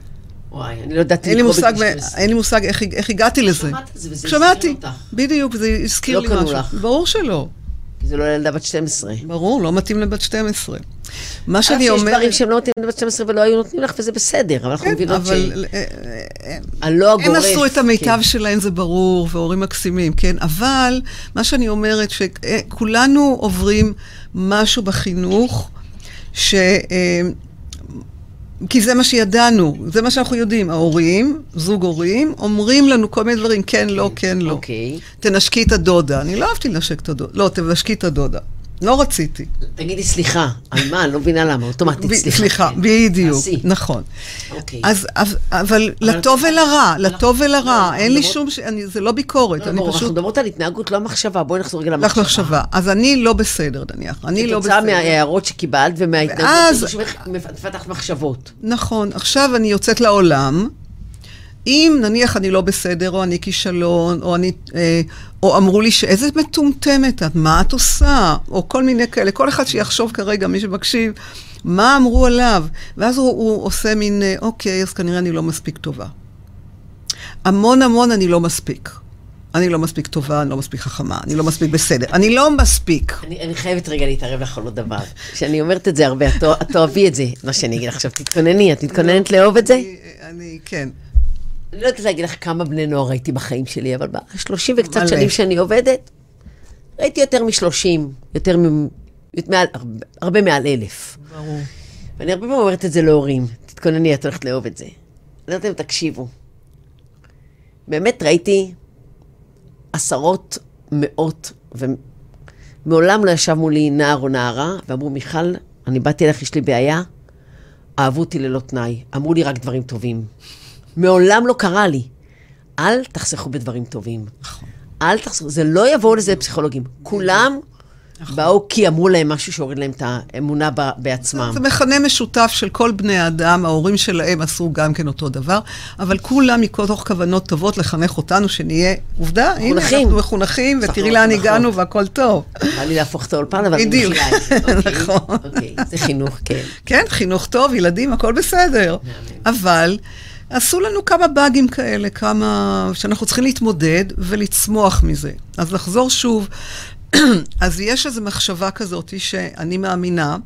וואי, אני לא ידעתי אין לי לקרוא מושג, בגיל מ- 12. אין לי מושג איך, איך הגעתי לזה. שמעת את זה וזה שמעתי, הזכיר אותך. בדיוק, זה הזכיר לא לי קנו משהו. לך. ברור שלא, כי זה לא ילדה בת 12. ברור, לא מתאים לבת 12. מה אף שאני שיש אומרת... דברים שהם לא מתאימים לבת 12 ולא היו נותנים לך, וזה בסדר, אבל אנחנו כן, מבינות אבל אה, אה, אה, שהלא הגורף... הם עשו את המיטב כן. שלהם, זה ברור, והורים מקסימים, כן? אבל מה שאני אומרת, שכולנו עוברים משהו בחינוך, ש... אה, כי זה מה שידענו, זה מה שאנחנו יודעים. ההורים, זוג הורים, אומרים לנו כל מיני דברים, כן, לא, כן, לא. אוקיי. תנשקי את הדודה. אני לא אהבתי לנשק את הדודה. לא, תנשקי את הדודה. לא רציתי. תגידי סליחה, על מה? אני לא מבינה למה, אוטומטית, ב- סליחה. סליחה, כן. בדיוק. תעשי. נכון. אוקיי. אז, אב- אבל לטוב ולרע, לטוב ולרע. לא, אין לי למרות- שום, ש- אני- זה לא ביקורת. לא, אני ברור, אנחנו פשוט... מדברות על התנהגות, לא מחשבה, בואי נחזור רגע לך למחשבה. לחשבה. אז אני לא בסדר, נניח. אני לא כתוצאה בסדר. מההערות שקיבלת ואז- ומההתנהגות, את מפתחת מחשבות. נכון. עכשיו אני יוצאת לעולם. אם נניח אני לא בסדר, או אני כישלון, או, אני, אה, או אמרו לי שאיזה מטומטמת את, מה את עושה? או כל מיני כאלה, כל אחד שיחשוב כרגע, מי שמקשיב, מה אמרו עליו? ואז הוא, הוא עושה מין, אה, אוקיי, אז כנראה אני לא מספיק טובה. המון המון אני לא מספיק. אני לא מספיק טובה, אני לא מספיק חכמה, אני לא מספיק בסדר. אני לא מספיק. אני, אני חייבת רגע להתערב לך על עוד דבר. כשאני אומרת את זה הרבה, את, תא- את תאהבי את זה. מה שאני אגיד לך עכשיו, תתכונני, את מתכוננת לאהוב את זה? אני, אני כן. אני לא יודעת להגיד לך כמה בני נוער ראיתי בחיים שלי, אבל בשלושים וקצת מלא. שנים שאני עובדת, ראיתי יותר משלושים, יותר מ... מעל, הרבה, הרבה מעל אלף. ברור. ואני הרבה פעמים אומרת את זה להורים, תתכונני, את הולכת לאהוב את זה. אני אומרת להם, תקשיבו. באמת ראיתי עשרות, מאות, ומעולם לא ישב מולי נער או נערה, ואמרו, מיכל, אני באתי אליך, יש לי בעיה, אהבו אותי ללא תנאי, אמרו לי רק דברים טובים. מעולם לא קרה לי. אל תחסכו בדברים טובים. אל תחסכו, זה לא יבואו לזה פסיכולוגים. כולם באו כי אמרו להם משהו שהוריד להם את האמונה ב- בעצמם. זה מכנה משותף של כל בני האדם, ההורים שלהם עשו גם כן אותו דבר, אבל כולם מתוך כוונות טובות לחנך אותנו, שנהיה, עובדה, הנה, מחונכים. אנחנו מחונכים, אנחנו ותראי לאן מחונכות. הגענו והכל טוב. בא לי להפוך את האולפן, אבל אני בדיוק. מכילה את זה. אוקיי, נכון. אוקיי, זה חינוך, כן. כן, חינוך טוב, ילדים, הכל בסדר. אבל עשו לנו כמה באגים כאלה, כמה... שאנחנו צריכים להתמודד ולצמוח מזה. אז לחזור שוב, אז יש איזו מחשבה כזאת שאני מאמינה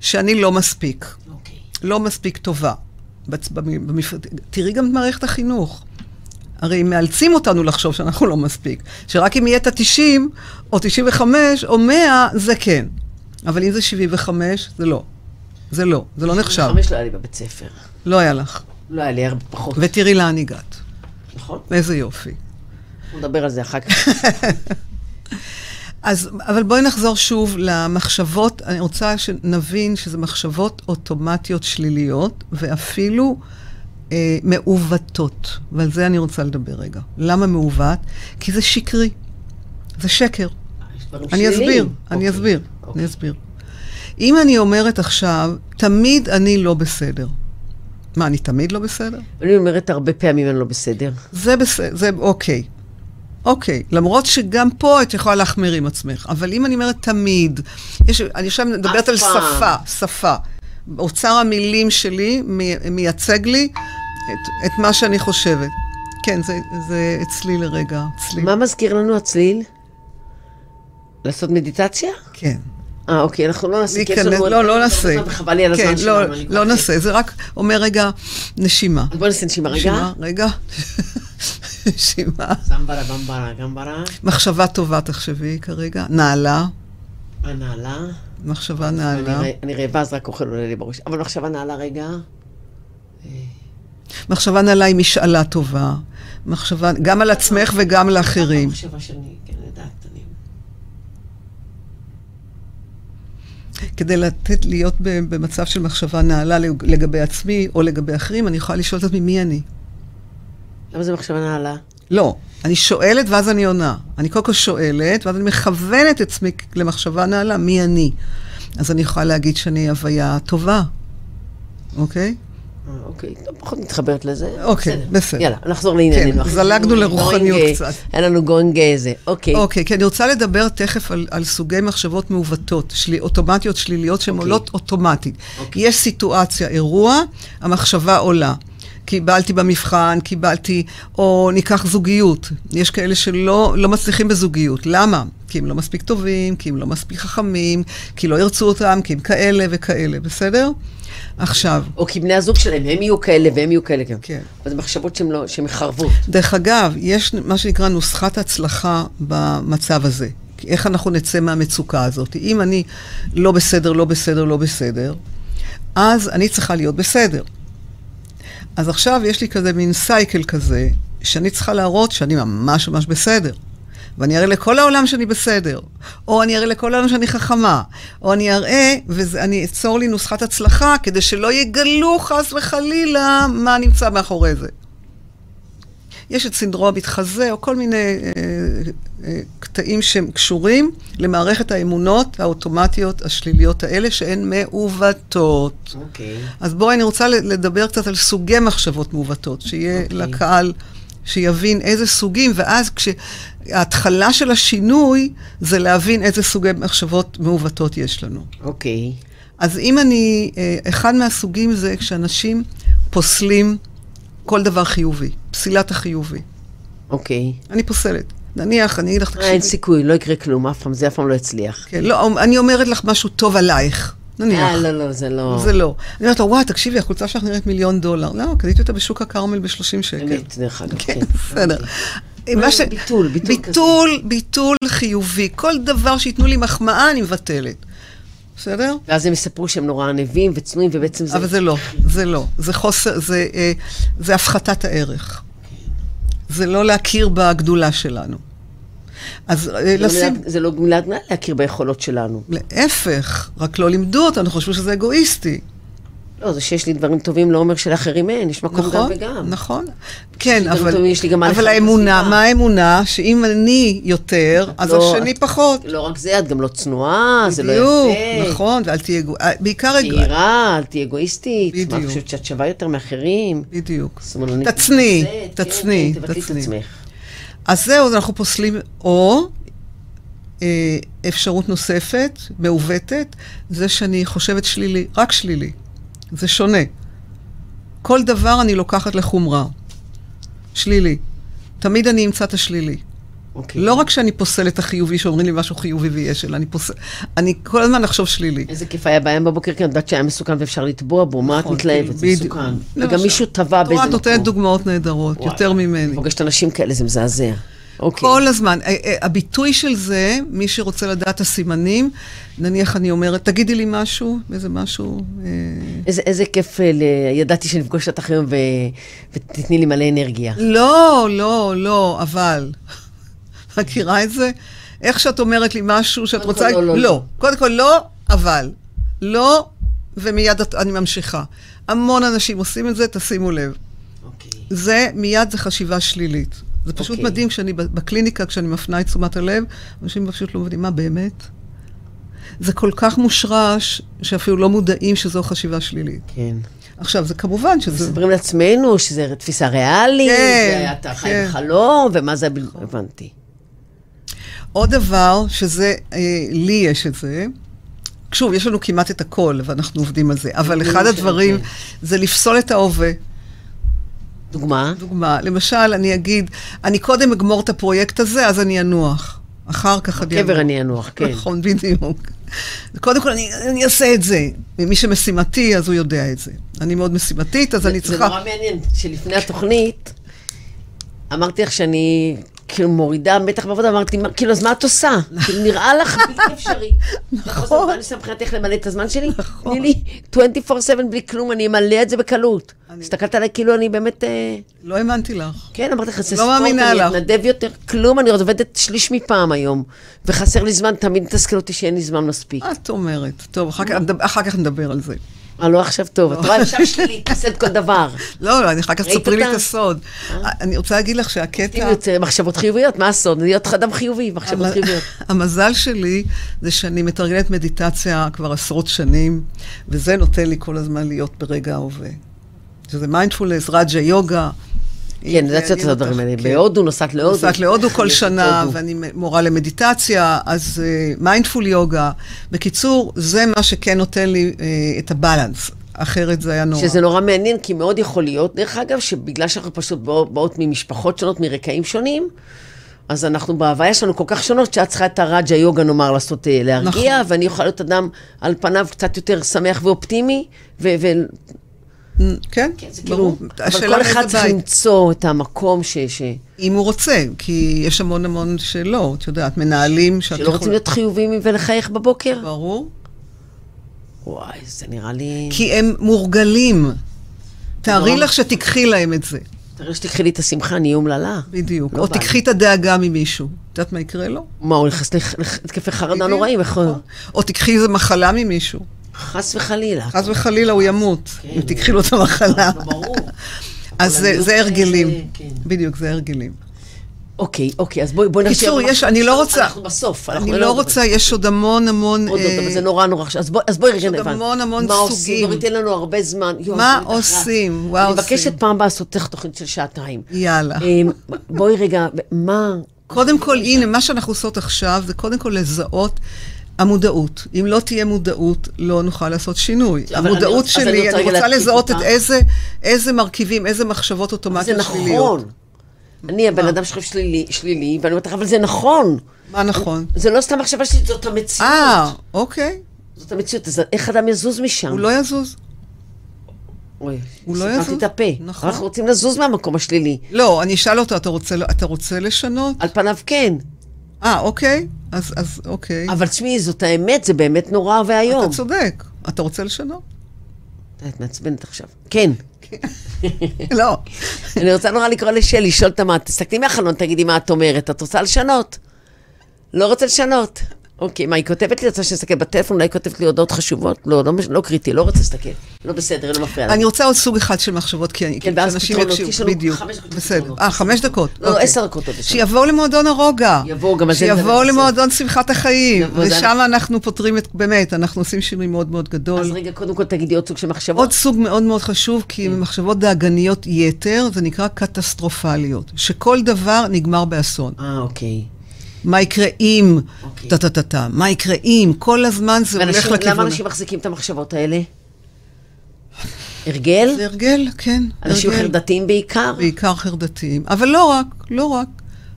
שאני לא מספיק. אוקיי. לא מספיק טובה. בצ- במ- במפ- תראי גם את מערכת החינוך. הרי מאלצים אותנו לחשוב שאנחנו לא מספיק. שרק אם יהיה את ה-90, או 95, או 100, זה כן. אבל אם זה 75, זה לא. זה לא. זה לא נחשב. חמש לא היה לי בבית ספר. לא היה לך. לא היה לי הרבה פחות, ותראי לאן הגעת. נכון? איזה יופי. אנחנו נדבר על זה אחר כך. אז, אבל בואי נחזור שוב למחשבות, אני רוצה שנבין שזה מחשבות אוטומטיות שליליות, ואפילו אה, מעוותות, ועל זה אני רוצה לדבר רגע. למה מעוות? כי זה שקרי, זה שקר. יש דברים אני שליליים. אסביר, אני אוקיי, אסביר, אוקיי. אני אסביר. אם אני אומרת עכשיו, תמיד אני לא בסדר. מה, אני תמיד לא בסדר? אני אומרת הרבה פעמים אני לא בסדר. זה בסדר, זה אוקיי. אוקיי, למרות שגם פה את יכולה להחמיר עם עצמך, אבל אם אני אומרת תמיד, יש, אני עכשיו אף מדברת על פעם. שפה, שפה. אוצר המילים שלי מי- מייצג לי את, את מה שאני חושבת. כן, זה, זה אצלי לרגע, אצלי. מה מזכיר לנו הצליל? לעשות מדיטציה? כן. אה, אוקיי, אנחנו לא נעשה, כי יש להיכנס- לנו עוד- לא, לא עוד נעשה. זמן, וחבל לי על הזמן כן, שלנו. לא, אני כבר לא אחרי. נעשה, זה רק אומר רגע, נשימה. אז בואי נעשה נשימה רגע. נשימה, רגע. נשימה. זמברה, במברה, גמברה, מחשבה טובה תחשבי כרגע, נעלה, הנעלה. מחשבה אני נעלה. רא- אני רעבה, אז רק אוכל עולה לי בראש. אבל עכשיו הנעלה רגע. מחשבה נעלה היא משאלה טובה. מחשבה, גם על עצמך וגם לאחרים. מחשבה שאני, כן, יודעת, אני... כדי לתת להיות ב- במצב של מחשבה נעלה לג- לגבי עצמי או לגבי אחרים, אני יכולה לשאול את עצמי מי אני. למה זה מחשבה נעלה? לא, אני שואלת ואז אני עונה. אני קודם כל שואלת, ואז אני מכוונת את עצמי למחשבה נעלה, מי אני. אז אני יכולה להגיד שאני הוויה טובה, אוקיי? אה, אוקיי, לא פחות מתחברת לזה. אוקיי, בסדר. יאללה, נחזור לענייננו. כן, זלגנו אנחנו לרוחניות going, אה, קצת. היה לנו גונג איזה. אוקיי. אוקיי, כי אני רוצה לדבר תכף על, על סוגי מחשבות מעוותות, שלי, אוטומטיות שליליות שהן עולות אוטומטית. יש סיטואציה, אירוע, המחשבה עולה. קיבלתי במבחן, קיבלתי, או ניקח זוגיות. יש כאלה שלא לא מצליחים בזוגיות. למה? כי הם לא מספיק טובים, כי הם לא מספיק חכמים, כי לא ירצו אותם, כי הם כאלה וכאלה, בסדר? עכשיו, או כי אוקיי, בני הזוג שלהם, הם יהיו כאלה והם יהיו כאלה. כן. אבל זה מחשבות שהן לא, שהן חרבות. דרך אגב, יש מה שנקרא נוסחת הצלחה במצב הזה. איך אנחנו נצא מהמצוקה הזאת. אם אני לא בסדר, לא בסדר, לא בסדר, אז אני צריכה להיות בסדר. אז עכשיו יש לי כזה מין סייקל כזה, שאני צריכה להראות שאני ממש ממש בסדר. ואני אראה לכל העולם שאני בסדר, או אני אראה לכל העולם שאני חכמה, או אני אראה, ואני אצור לי נוסחת הצלחה, כדי שלא יגלו חס וחלילה מה נמצא מאחורי זה. יש את סינדרום המתחזה, או כל מיני אה, אה, קטעים שהם קשורים למערכת האמונות האוטומטיות השליליות האלה, שהן מעוותות. אוקיי. אז בואי, אני רוצה ל- לדבר קצת על סוגי מחשבות מעוותות, שיהיה okay. אוקיי. לקהל שיבין איזה סוגים, ואז כשההתחלה של השינוי זה להבין איזה סוגי מחשבות מעוותות יש לנו. אוקיי. אז אם אני, אה, אחד מהסוגים זה כשאנשים פוסלים כל דבר חיובי, פסילת החיובי. אוקיי. אני פוסלת. נניח, אני אגיד לך, אה, אין תקשיבי, סיכוי, לא יקרה כלום, אף פעם, זה אף פעם לא יצליח. כן, לא, אני אומרת לך משהו טוב עלייך, נניח. אה, לא, לא, זה לא... זה לא. אני אומרת לו, וואי, תקשיבי, החולצה שלך נראית מיליון דולר. לא, קניתי אותה בשוק הכרמל ב-30 שקל. אמת, דרך אגב, כן, כן. בסדר. אה, מה ש- אוקיי. אה, ביטול, ביטול כזה. ביטול, ביטול חיובי. כל דבר שייתנו לי מחמאה, אני מבטלת. בסדר? ואז הם יספרו שהם נורא ענבים וצנועים, ובעצם זה... אבל זה לא, זה לא. זה חוסר, זה, אה, זה הפחתת הערך. אוקיי. זה לא להכיר בגדולה שלנו. אז אה, זה לא לשים... מילה- זה לא מילת גנאי להכיר ביכולות שלנו. להפך, רק לא לימדו אותנו, חשבו שזה אגואיסטי. לא, זה שיש לי דברים טובים לא אומר שלאחרים אין, יש מקום גם נכון, וגם. נכון. כן, שגם אבל, טוב, יש לי גם מה אבל לחלק האמונה, בסביבה. מה האמונה? שאם אני יותר, אז לא, השני את- פחות. לא רק זה, את גם לא צנועה, זה לא נכון. בדיוק, יפה. נכון, ואל תהיה אגו... אה, בעיקר אגו... צעירה, אל תהיי אגואיסטית. מה, את בדיוק. חושבת שאת שווה יותר מאחרים? בדיוק. שמאלנית. תצניעי, זה, כן, תצניעי, כן, תבטלי את תצניעי. עצמך. אז זהו, אז אנחנו פוסלים או אה, אפשרות נוספת, מעוותת, זה שאני חושבת שלילי, רק שלילי. זה שונה. כל דבר אני לוקחת לחומרה. שלילי. תמיד אני אמצא את השלילי. אוקיי. לא רק שאני פוסלת את החיובי, שאומרים לי משהו חיובי ויש, אלא אני פוסל... אני כל הזמן אחשוב שלילי. איזה כיף היה בהם בבוקר, כי אני יודעת שהיה מסוכן ואפשר לטבוע בו, מה את נכון, מתלהבת? זה בדיוק. מסוכן. וגם למשל. מישהו טבע את רואה, באיזה את מקום. נותנת דוגמאות נהדרות, וואי. יותר ממני. פוגשת אנשים כאלה, זה מזעזע. אוקיי. כל הזמן. אה, אה, הביטוי של זה, מי שרוצה לדעת את הסימנים, נניח אני אומרת, תגידי לי משהו, איזה משהו... אה, איזה, איזה כיף, אה, ל- ידעתי שנפגוש אותך היום ו... ותתני לי מלא אנרגיה. לא, לא, לא, אבל... מכירה את זה? איך שאת אומרת לי משהו שאת קודם רוצה... כל, לא, לא, לא. לא. קודם כל, לא, אבל. לא, ומיד את- אני ממשיכה. המון אנשים עושים את זה, תשימו לב. אוקיי. זה, מיד זה חשיבה שלילית. זה פשוט okay. אוקיי. מדהים כשאני ב- בקליניקה, כשאני מפנה את תשומת הלב, אנשים פשוט לא מבינים, מה באמת? זה כל כך מושרש, שאפילו לא מודעים שזו חשיבה שלילית. כן. עכשיו, זה כמובן שזה... מספרים לעצמנו שזה תפיסה ריאלית, כן, זה אתה חי כן. בחלום, ומה זה הבל... הבנתי. עוד דבר, שזה, אה, לי יש את זה. שוב, יש לנו כמעט את הכל, ואנחנו עובדים על זה, אבל אני אחד חושבת, הדברים כן. זה לפסול את ההווה. דוגמה? דוגמה, למשל, אני אגיד, אני קודם אגמור את הפרויקט הזה, אז אני אנוח. אחר כך אני בקבר אני אנוח, כן. נכון, בדיוק. קודם כל, אני, אני אעשה את זה. ומי שמשימתי, אז הוא יודע את זה. אני מאוד משימתית, אז אני זה, זה צריכה... נורא מעניין, שלפני התוכנית, אמרתי לך שאני כאילו מורידה מתח בעבודה, אמרתי, "מה- כאילו, אז מה את עושה? כאילו, נראה לך בלתי אפשרי. נכון. אני עושה מבחינת איך למלא את הזמן שלי? נכון. תני לי 24/7 בלי כלום, אני אמלא את זה בקלות. אני- הסתכלת עליי כאילו אני באמת... אה, לא האמנתי לך. כן, אמרתי לך, זה לא ספורט, מאמינה אני לך. אתנדב יותר, כלום, אני עובדת שליש מפעם היום. וחסר לי זמן, תמיד מתסכל אותי שאין לי זמן מספיק. לא. את אומרת. טוב, אחר כך, אחר כך נדבר על זה. אה, לא עכשיו טוב, את רואה, אפשר שלילי, תעשה את כל דבר. לא, לא, אני אחר כך ראית תספרי לי אותה? את הסוד. אני רוצה להגיד לך אם שהקטע... יוצא מחשבות חיוביות, מה הסוד? להיות אדם חיובי, מחשבות המ- חיוביות. המזל שלי זה שאני מתרגלת מדיטציה כבר עשרות שנים, וזה נותן לי כל הזמן להיות ברגע ההווה. שזה מיינדפולנס, רג'ה יוגה. כן, אה, אני יודעת שאת עושה דברים האלה. בהודו, נוסעת להודו. לא נוסעת להודו כל יש את שנה, הודו. ואני מורה למדיטציה, אז מיינדפול יוגה. בקיצור, זה מה שכן נותן לי אה, את הבלנס, אחרת זה היה נורא. שזה נורא מעניין, כי מאוד יכול להיות, דרך אגב, שבגלל שאנחנו פשוט בא- באות ממשפחות שונות, מרקעים שונים, אז אנחנו בהוויה שלנו כל כך שונות, שאת צריכה את הרג'ה יוגה, נאמר, לעשות, אה, להרגיע, נכון. ואני יכולה להיות אדם על פניו קצת יותר שמח ואופטימי, ו- ו- כן, לא- זה ברור. כאילו, אבל השאלה כל מאיזה אחד צריך בית. למצוא את המקום ש... ש... אם הוא רוצה, כי יש המון המון שאלות, את יודעת, מנהלים שאת שלא רוצים להיות חיובים ולחייך בבוקר. ברור. וואי, זה נראה לי... כי הם מורגלים. תארי נורא. לך שתיקחי להם את זה, תראה שתקחי לי את השמחה, אני אומללה. בדיוק. לא או בא לי. תיקחי את הדאגה ממישהו. את יודעת מה יקרה לו? מה, הוא נכנס לח- לח- להתקפי חרדה בדיוק, נוראים, איך הוא... נכון. או תיקחי איזה מחלה ממישהו. חס וחלילה. חס וחלילה הוא ימות, כן. אם תיקחי לו את המחלה. לא, ברור. אז אבל זה- להיות, זה הרגלים. אה, לא כן. בדיוק, זה הרגלים. אוקיי, אוקיי, אז בואי בואי נשאר. בקיצור, אנחנו- יש- אני לא רוצה... אנחנו בסוף. אנחנו אני נראה לא עוד רוצה, יש עוד המון המון... עוד עוד, אה, אבל זה לא- נורא נורא עכשיו. אז בואי- אז בואי רגע עוד נבן. המון המון מה עושים? סוגים. דורית, אין לנו הרבה זמן. יואו, מה אני יודעת, עושים? רק- וואו, אני עושים. מבקשת פעם הבאה לעשות לך תוכנית של שעתיים. יאללה. אה, בואי רגע, מה... קודם כל, הנה, מה שאנחנו עושות עכשיו זה קודם כל לזהות המודעות. אם לא תהיה מודעות, לא נוכל לעשות שינוי. אבל אני המודעות רוצה- אז אני שלי, רוצה אני רגע רוצה להתקיף לזהות את אותך. איזה- איזה מרכיבים, איזה מחשבות זה אוטומטיות שליליות. נכון. אני הבן אדם שחושב שלילי, שלילי, ואני אומרת לך, אבל זה נכון. מה נכון? זה לא סתם מחשבה שלי, זאת המציאות. אה, אוקיי. זאת המציאות, אז איך אדם יזוז משם? הוא לא יזוז. אוי, הוא לא סגרתי יזוז. את הפה. נכון. אנחנו רוצים לזוז מהמקום השלילי. לא, אני אשאל אותו, "אתה רוצה- אתה רוצה לשנות? על פניו כן. אה, אוקיי. אז אז אוקיי. אבל תשמעי, זאת האמת, זה באמת נורא ואיום. אתה צודק. אתה רוצה לשנות? את מעצבנת עכשיו. כן. לא. אני רוצה נורא לקרוא לשלי, לשאול אותה מה, תסתכלי מהחלון, תגידי מה את אומרת. את רוצה לשנות? לא רוצה לשנות. אוקיי, מה, היא כותבת לי, רוצה שנסתכל בטלפון, אולי היא כותבת לי הודעות חשובות? לא, לא, מש- לא קריטי, לא רוצה להסתכל. לא בסדר, לא מפריע. אני לי. רוצה עוד סוג אחד של מחשבות, כי אני, כן, ואז פתרונות, יש לנו בדיוק, חמש דקות בסדר. לפתרונות. אה, חמש דקות. לא, לא, אוקיי. עשר דקות עוד יש לנו. שיבואו למועדון הרוגע. יבואו, גם על זה נדבר שיבואו בסוף. למועדון שמחת החיים. יבואו, זה ושם אנחנו פותרים את, באמת, אנחנו עושים שינוי מאוד מאוד אז גדול. רגע, קודם כל תגידי עוד סוג של מחשבות. עוד סוג מאוד מאוד חשוב, כי כן. הן מחשבות דאגניות יתר, זה נקרא קטסטרופליות. שכל דבר נגמר באסון. אה, אוקיי. מה יקרה אם, אוקיי. טה-טה-טה-טה, מה יקרה אם, כל הזמן זה הולך ואנשים, לכיוון. למה אנשים מחזיקים את המחשבות האלה? הרגל? זה הרגל, כן. אנשים הרגל. חרדתיים בעיקר? בעיקר חרדתיים. אבל לא רק, לא רק.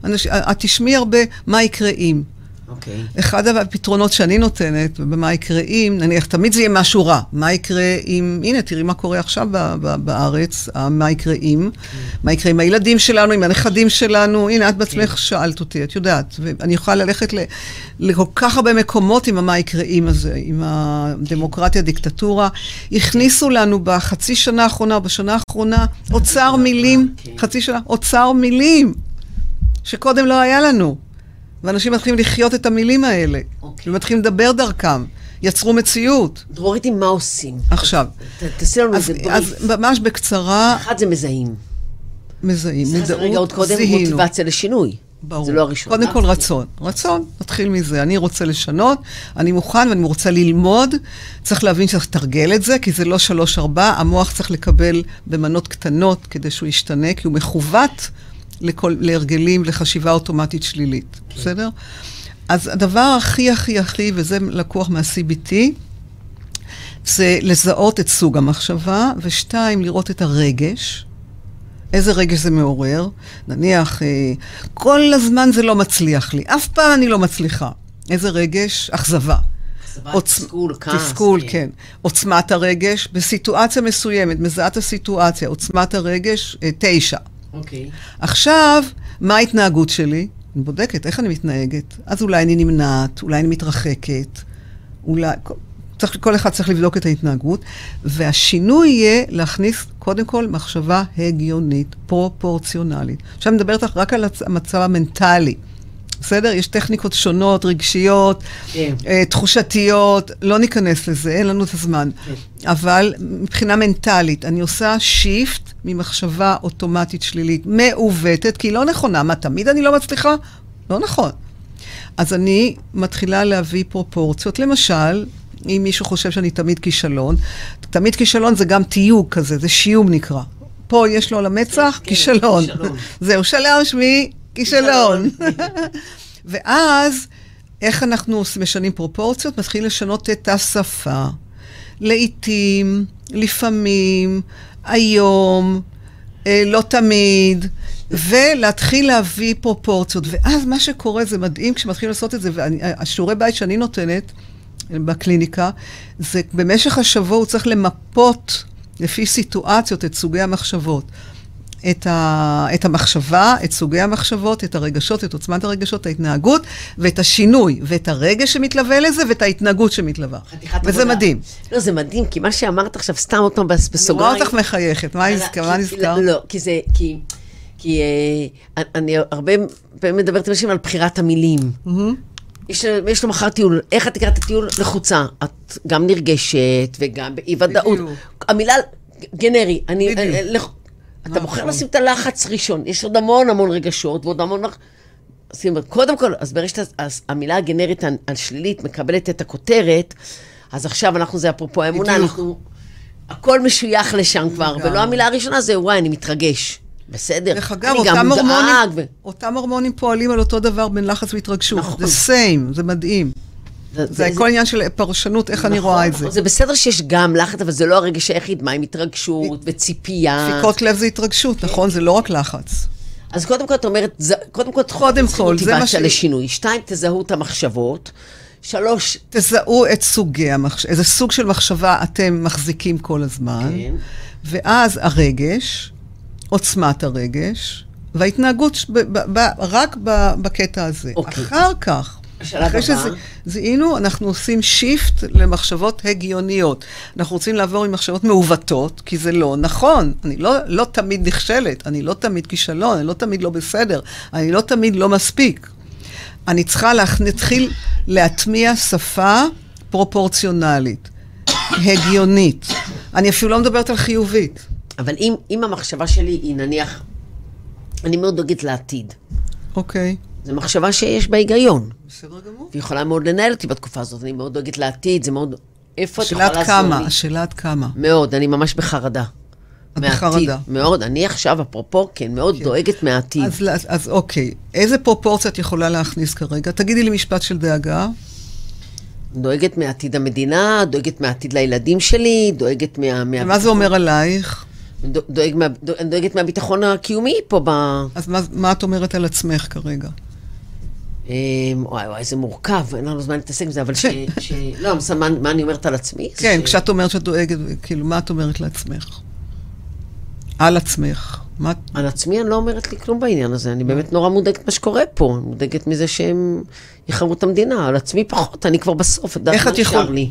אנש, את תשמעי הרבה מה יקרה אם. אוקיי. אחד הפתרונות שאני נותנת, במה יקרה אם, נניח, תמיד זה יהיה משהו רע. מה יקרה אם, הנה, תראי מה קורה עכשיו ב- ב- בארץ, ה- מה יקרה אם, כן. מה יקרה עם הילדים שלנו, עם הנכדים שלנו, הנה, את בעצמך שאלת אותי, את יודעת, ואני יכולה ללכת ל- לכל כך הרבה מקומות עם המה יקרה אם הזה, עם הדמוקרטיה, דיקטטורה. הכניסו לנו בחצי שנה האחרונה, או בשנה האחרונה, אוצר מילים, כן. חצי שנה, אוצר מילים. שקודם לא היה לנו. ואנשים מתחילים לחיות את המילים האלה. אוקיי. ומתחילים לדבר דרכם. יצרו מציאות. דרוריתי, מה עושים? עכשיו, ת- תעשי לנו אז, איזה אז בריף. ממש בקצרה, אחד זה מזהים. מזהים, סליחה, רגע, עוד מודעות, קודם זיהינו. מוטיבציה לשינוי. ברור. זה לא הראשון. קודם כל רצון. רצון, נתחיל מזה. אני רוצה לשנות, אני מוכן ואני רוצה ללמוד. צריך להבין שצריך לתרגל את זה, כי זה לא שלוש-ארבע. המוח צריך לקבל במנות קטנות כדי שהוא ישתנה, כי הוא מכוות לכל, להרגלים, לחשיבה אוטומטית שלילית. כן. בסדר? אז הדבר הכי הכי הכי, וזה לקוח מה-CBT, זה לזהות את סוג המחשבה, ושתיים, לראות את הרגש. איזה רגש זה מעורר? נניח, אה, כל הזמן זה לא מצליח לי, אף פעם אני לא מצליחה. איזה רגש? אכזבה. אכזבה, עוצ- תסכול, כעס, תסכול, כן. כן. עוצמת הרגש, בסיטואציה מסוימת, מזהה את הסיטואציה, עוצמת הרגש, אה, תשע. אוקיי. עכשיו, מה ההתנהגות שלי? אני בודקת איך אני מתנהגת. אז אולי אני נמנעת, אולי אני מתרחקת, אולי... כל- צריך, כל אחד צריך לבדוק את ההתנהגות, והשינוי יהיה להכניס קודם כל מחשבה הגיונית, פרופורציונלית. עכשיו אני מדברת לך רק על הצ- המצב המנטלי. בסדר? יש טכניקות שונות, רגשיות, כן. אה, תחושתיות, לא ניכנס לזה, אין לנו את הזמן. אבל מבחינה מנטלית, אני עושה שיפט ממחשבה אוטומטית שלילית, מעוותת, כי היא לא נכונה. מה, תמיד אני לא מצליחה? לא נכון. אז אני מתחילה להביא פרופורציות. למשל, אם מישהו חושב שאני תמיד כישלון, תמיד כישלון זה גם תיוג כזה, זה שיום נקרא. פה יש לו למצח כן, כישלון. כישלון. זהו, שלוש מכישלון. ואז, איך אנחנו עוש- משנים פרופורציות? מתחילים לשנות את השפה. לעתים, לפעמים, היום, אה, לא תמיד, ולהתחיל להביא פרופורציות. ואז מה שקורה, זה מדהים כשמתחילים לעשות את זה, והשיעורי בית שאני נותנת אה, בקליניקה, זה במשך השבוע הוא צריך למפות לפי סיטואציות את סוגי המחשבות. את, ה, את המחשבה, את סוגי המחשבות, את הרגשות, את עוצמת הרגשות, ההתנהגות ואת השינוי, ואת הרגש שמתלווה לזה ואת ההתנהגות שמתלווה. וזה מדהים. לא, זה מדהים, כי מה שאמרת עכשיו, סתם עוד פעם בס- אני רואה בסוגריים. אותך מחייכת, מה אלא- נזכר? מה כי- נזכר? לא, לא, כי זה, כי... כי אה, אני הרבה פעמים מדברת עם אנשים על בחירת המילים. מהמם. יש, לה- יש לו מחר טיול, איך את לקראת הטיול לחוצה? את גם נרגשת וגם באי-ודאות. בדיוק. המילה גנרי, אני... בדיוק. אה, אה, לח... אתה בוחר נכון. לשים את הלחץ ראשון, יש עוד המון המון רגשות ועוד המון... מח- אז היא אומרת, קודם כל, אז ברגע שהמילה הגנרית הנ- השלילית מקבלת את הכותרת, אז עכשיו אנחנו, זה אפרופו האמונה, בדיוק. אנחנו... הכל משוייך לשם כבר, לגמרי. ולא המילה הראשונה זה, וואי, אני מתרגש. בסדר. דרך אגב, אני גם אותם מודאג הורמונים, ו- אותם הורמונים פועלים על אותו דבר בין לחץ והתרגשות. נכון. זה סיים, זה מדהים. זה הכל עניין של פרשנות, איך אני נכון, רואה את נכון. זה. זה בסדר שיש גם לחץ, אבל זה לא הרגש היחיד, מה עם התרגשות וציפייה. דפיקות לב זה התרגשות, נכון? כן. זה לא רק לחץ. אז קודם כל את אומרת, ז- קודם כל תחום קודם כל, זה מה מוטיבציה ש- לשינוי. שתיים, תזהו את המחשבות. שלוש, תזהו את סוגי המחשבה, איזה סוג של מחשבה אתם מחזיקים כל הזמן. כן. ואז הרגש, עוצמת הרגש, וההתנהגות ש- ב- ב- ב- רק ב- בקטע הזה. אוקיי. אחר כך. השלב אחרי הבא. שזיהינו, אנחנו עושים שיפט למחשבות הגיוניות. אנחנו רוצים לעבור ממחשבות מעוותות, כי זה לא נכון. אני לא, לא תמיד נכשלת, אני לא תמיד כישלון, אני לא תמיד לא בסדר, אני לא תמיד לא מספיק. אני צריכה להכ- להתחיל להטמיע שפה פרופורציונלית, הגיונית. אני אפילו לא מדברת על חיובית. אבל אם, אם המחשבה שלי היא נניח, אני מאוד דואגת לעתיד. אוקיי. זו מחשבה שיש בה היגיון, בסדר גמור. והיא יכולה מאוד לנהל אותי בתקופה הזאת. אני מאוד דואגת לעתיד, זה מאוד... איפה את השאלה יכולה עד לעזור כמה, לי? השאלה עד כמה. מאוד, אני ממש בחרדה. את מהעתיד, בחרדה. מאוד, אני עכשיו, אפרופו, כן, מאוד דואגת מהעתיד. אז, אז, אז אוקיי, איזה פרופורציה את יכולה להכניס כרגע? תגידי לי משפט של דאגה. דואגת מעתיד המדינה, דואגת מעתיד לילדים שלי, דואגת מה... מה מה זה אומר עלייך? דו- דואג מה, דו- אני דואגת מהביטחון הקיומי פה ב... אז מה, מה את אומרת על עצמך כרגע? אמ, וואי וואי, זה מורכב, אין לנו זמן להתעסק עם זה, אבל ש... ש... לא, אבל מה, מה אני אומרת על עצמי? זה כן, ש- כשאת אומרת שאת דואגת, כאילו, מה את אומרת לעצמך? על עצמך. מה את... על עצמי אני לא אומרת לי כלום בעניין הזה, אני באמת נורא מודאגת מה שקורה פה, אני מודאגת מזה שהם יחרמו את המדינה, על עצמי פחות, אני כבר בסוף, את יודעת איך מה את נשאר יכול- לי?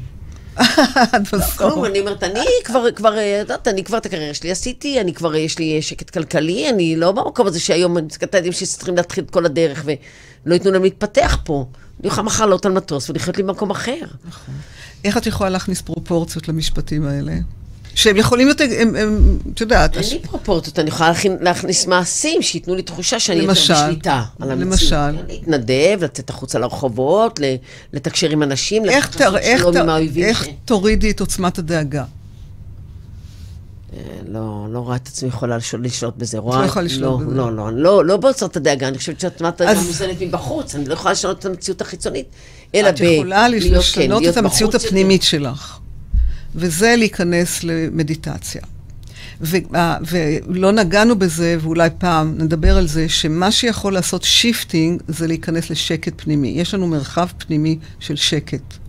את כלום, בסוף. אני אומרת, אני כבר, כבר, אה, את יודעת, אני כבר את הקריירה שלי עשיתי, אני כבר, אה, יש לי אה, שקט כלכלי, אני לא במקום הזה שהיום אני מסתכלת על הילדים שלי צריכים להתחיל את כל הדרך ולא ייתנו להם להתפתח פה. אני אוכל מחר לעלות על מטוס ולחיות לי במקום אחר. נכון. איך את יכולה להכניס פרופורציות למשפטים האלה? שהם יכולים להיות, הם, הם, את יודעת, אין הש- לי פרופורציות, אני יכולה להכין- להכניס מעשים שייתנו לי תחושה שאני יותר למשל, בשליטה על המציאות. למשל. להתנדב, לצאת החוצה לרחובות, ל- לתקשר עם אנשים, איך, לעשות תר, איך, שלום תר, עם האויבים. איך ש- תורידי את עוצמת הדאגה? אה, לא, לא רואה את עצמי יכולה לשלוט, לשלוט בזה. רואה, לא יכולה לשלוט לא, בזה. לא, לא, אני לא, לא בעוצרת הדאגה, אני חושבת שאת מעט אז- אז... מוזנת מבחוץ, אני לא יכולה לשנות את המציאות החיצונית, אלא את יכולה להיות, כן, לשנות להיות את המציאות בחוץ כן. הפנימית שלך, וזה להיכנס למדיטציה. וה- ולא נגענו בזה, ואולי פעם נדבר על זה, שמה שיכול לעשות שיפטינג זה להיכנס לשקט פנימי. יש לנו מרחב פנימי של שקט. לא יותר.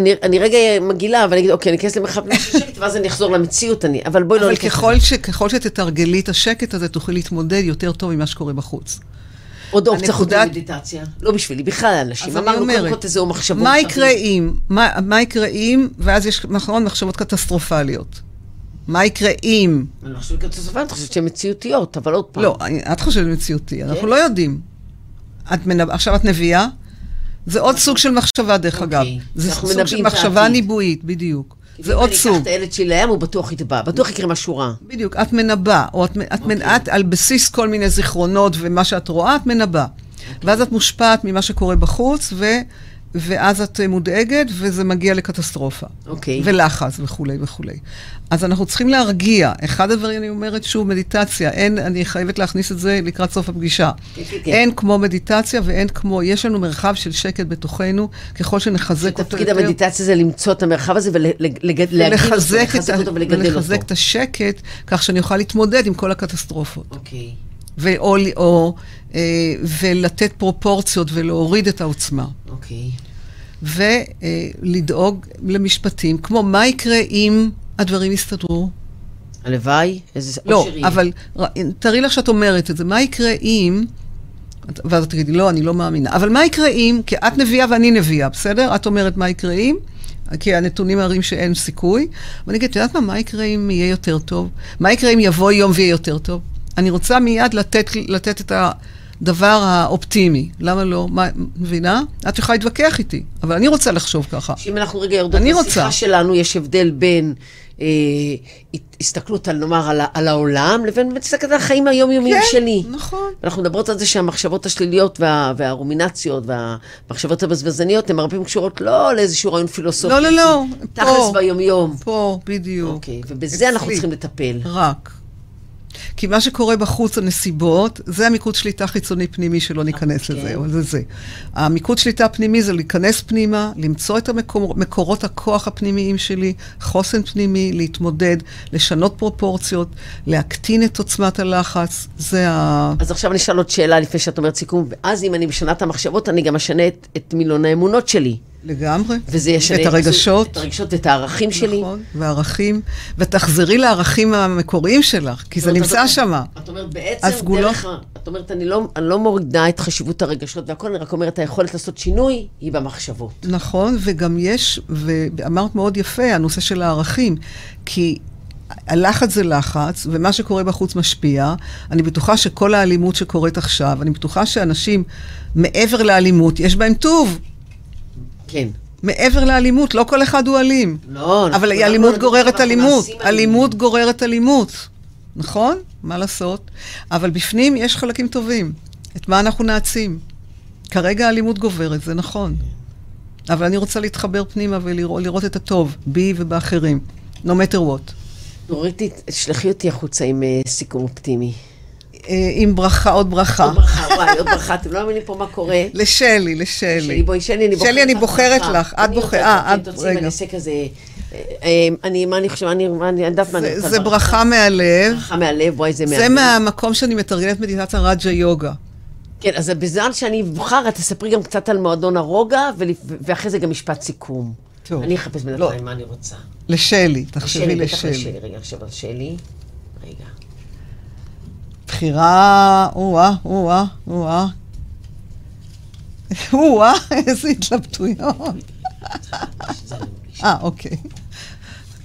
אני, אני, אני רגע מגעילה, אבל אני אגיד, אוקיי, אני אכנס למרחב נשי שקט, ואז אני אחזור למציאות, אני, אבל בואי לא אבל ניכנס לזה. ככל, ש, ככל שתתרגלי את השקט הזה, תוכלי להתמודד יותר טוב ממה שקורה בחוץ. עוד אופציה חוץ הנקודה- ממדיטציה. לא בשבילי, בכלל, אנשים אז אני אמרנו, קודם כל אומרת, תזהו מחשבות. מה יקרה אם? מה, מה יקרה אם? ואז יש, נכון, מחשבות קטסטרופליות. מה יקרה אם? אני לא חושבת קטסטרופה, אני חושבת שהן מציאותיות, אבל עוד פעם. לא, אני- את חושבת מציאותי, אנחנו כן. לא יודעים. את מנב... עכשיו את נביאה? זה עוד סוג של מחשבה, דרך אגב. אוקיי. זה אנחנו סוג של מנבאים את מחשבה העתיד. ניבואית, בדיוק. זה אם עוד אני סוג. אקח את הילד שלי לים, הוא בטוח יטבע, בטוח יקרה משהו רע. בדיוק, את מנבא, או את, מ- את, מנ- אוקיי. את על בסיס כל מיני זיכרונות ומה שאת רואה, את מנבא. אוקיי. ואז את מושפעת ממה שקורה בחוץ, ו, ואז את אה, מודאגת, וזה מגיע לקטסטרופה. אוקיי. ולחץ וכולי וכולי. אז אנחנו צריכים להרגיע. אחד הדברים, אני אומרת שוב, מדיטציה. אין, אני חייבת להכניס את זה לקראת סוף הפגישה. כן, כן, כן. אין כמו מדיטציה ואין כמו, יש לנו מרחב של שקט בתוכנו, ככל שנחזק אותו תפקיד יותר. המדיטציה זה למצוא את המרחב הזה ולהגדיל אותו, לחזק את לחזק ה- אותו ולגדל אותו. ולחזק את השקט, כך שאני אוכל להתמודד עם כל הקטסטרופות. אוקיי. ו- או, ל- או, אה, ולתת פרופורציות ולהוריד את העוצמה. אוקיי. ולדאוג למשפטים, כמו מה יקרה אם הדברים יסתדרו? הלוואי, איזה אוקיי, לא, אושר יהיה. אבל ר- תארי לך שאת אומרת את זה. מה יקרה אם... את- ואז את תגידי, לא, אני לא מאמינה. אבל מה יקרה אם... כי את נביאה ואני נביאה, בסדר? את אומרת מה יקרה אם, כי הנתונים מראים שאין סיכוי. ואני אגיד, את יודעת מה, מה יקרה אם יהיה יותר טוב? מה יקרה אם יבוא יום ויהיה יותר טוב? אני רוצה מיד לתת, לתת את הדבר האופטימי. למה לא? מה, מבינה? את יכולה להתווכח איתי, אבל אני רוצה לחשוב ככה. שאם אנחנו רגע יורדות אני לשיחה רוצה. שלנו, יש הבדל בין אה, הת- הסתכלות על, נאמר, על, ה- על העולם, לבין באמת הסתכלות על החיים היומיומיים כן, שלי. נכון. אנחנו מדברות על זה שהמחשבות השליליות וה, והרומינציות והמחשבות הבזבזניות הן הרבה פעמים קשורות לא לאיזשהו רעיון פילוסופי. לא, לא, לא. תכלס פה, ביומיום. פה, בדיוק. אוקיי, ובזה אנחנו אצלי. צריכים לטפל. רק. כי מה שקורה בחוץ, הנסיבות, זה המיקוד שליטה חיצוני פנימי, שלא ניכנס אוקיי. לזה, אבל זה זה. המיקוד שליטה פנימי זה להיכנס פנימה, למצוא את המקורות הכוח הפנימיים שלי, חוסן פנימי, להתמודד, לשנות פרופורציות, להקטין את עוצמת הלחץ, זה ה... אז עכשיו אני אשאל עוד שאלה לפני שאת אומרת סיכום, ואז אם אני משנה את המחשבות, אני גם אשנה את, את מילון האמונות שלי. לגמרי. וזה ישנה את הרגשות. את הרגשות ואת הערכים שלי. נכון, והערכים, ותחזרי לערכים המקוריים שלך, כי זאת זה אומרת, נמצא את- שמה. את אומרת בעצם, הסגולות- דרך ה... את אומרת, אני לא, אני לא מורידה את חשיבות הרגשות והכל, אני רק אומרת, היכולת לעשות שינוי היא במחשבות. נכון, וגם יש, ואמרת מאוד יפה, הנושא של הערכים, כי הלחץ זה לחץ, ומה שקורה בחוץ משפיע. אני בטוחה שכל האלימות שקורית עכשיו, אני בטוחה שאנשים מעבר לאלימות, יש בהם טוב, כן. מעבר לאלימות, לא כל אחד הוא אלים. לא, אנחנו- אבל אנחנו- אלימות אנחנו- גוררת אנחנו אלימות, נעשים אלימות גוררת אלימות, נכון? מה לעשות? אבל בפנים יש חלקים טובים. את מה אנחנו נעצים? כרגע האלימות גוברת, זה נכון. אבל אני רוצה להתחבר פנימה ולראות את הטוב, בי ובאחרים. No matter what. נורית, תשלחי אותי החוצה עם אה, סיכום אופטימי. אה, עם ברכה, עוד ברכה. עוד ברכה, וואי, עוד ברכה. אתם לא מאמינים פה מה קורה. לשלי, לשלי. שלי, בואי, שלי, אני בוחרת שלי, אני לך בוחרת ברכה. לך. את אני בוחרת, יודעת, אה, אתם את- תוצאים, אני רגע. אעשה כזה... אה, אה, אני, מה אני חושבת, אני, מה אני, אני יודעת מה אני זה- רוצה. זה לומר. ברכה מהלב. ברכה מהלב, וואי, זה זה מהלב. מהמקום שאני מתרגלת מדינת הרג'ה יוגה. כן, אז בזמן שאני אבחר, את תספרי גם קצת על מועדון הרוגע, ולפ- ואחרי זה גם משפט סיכום. טוב. אני אחפש לא. בינתיים מה אני רוצה. לשלי, שלי, תחשבי בטח לשלי. לשלי. רגע, עכשיו על שלי. רגע. בחירה, או-אה, או-אה, או-אה. או-אה, איזה התלבטויות. זה אני- אה, אוקיי.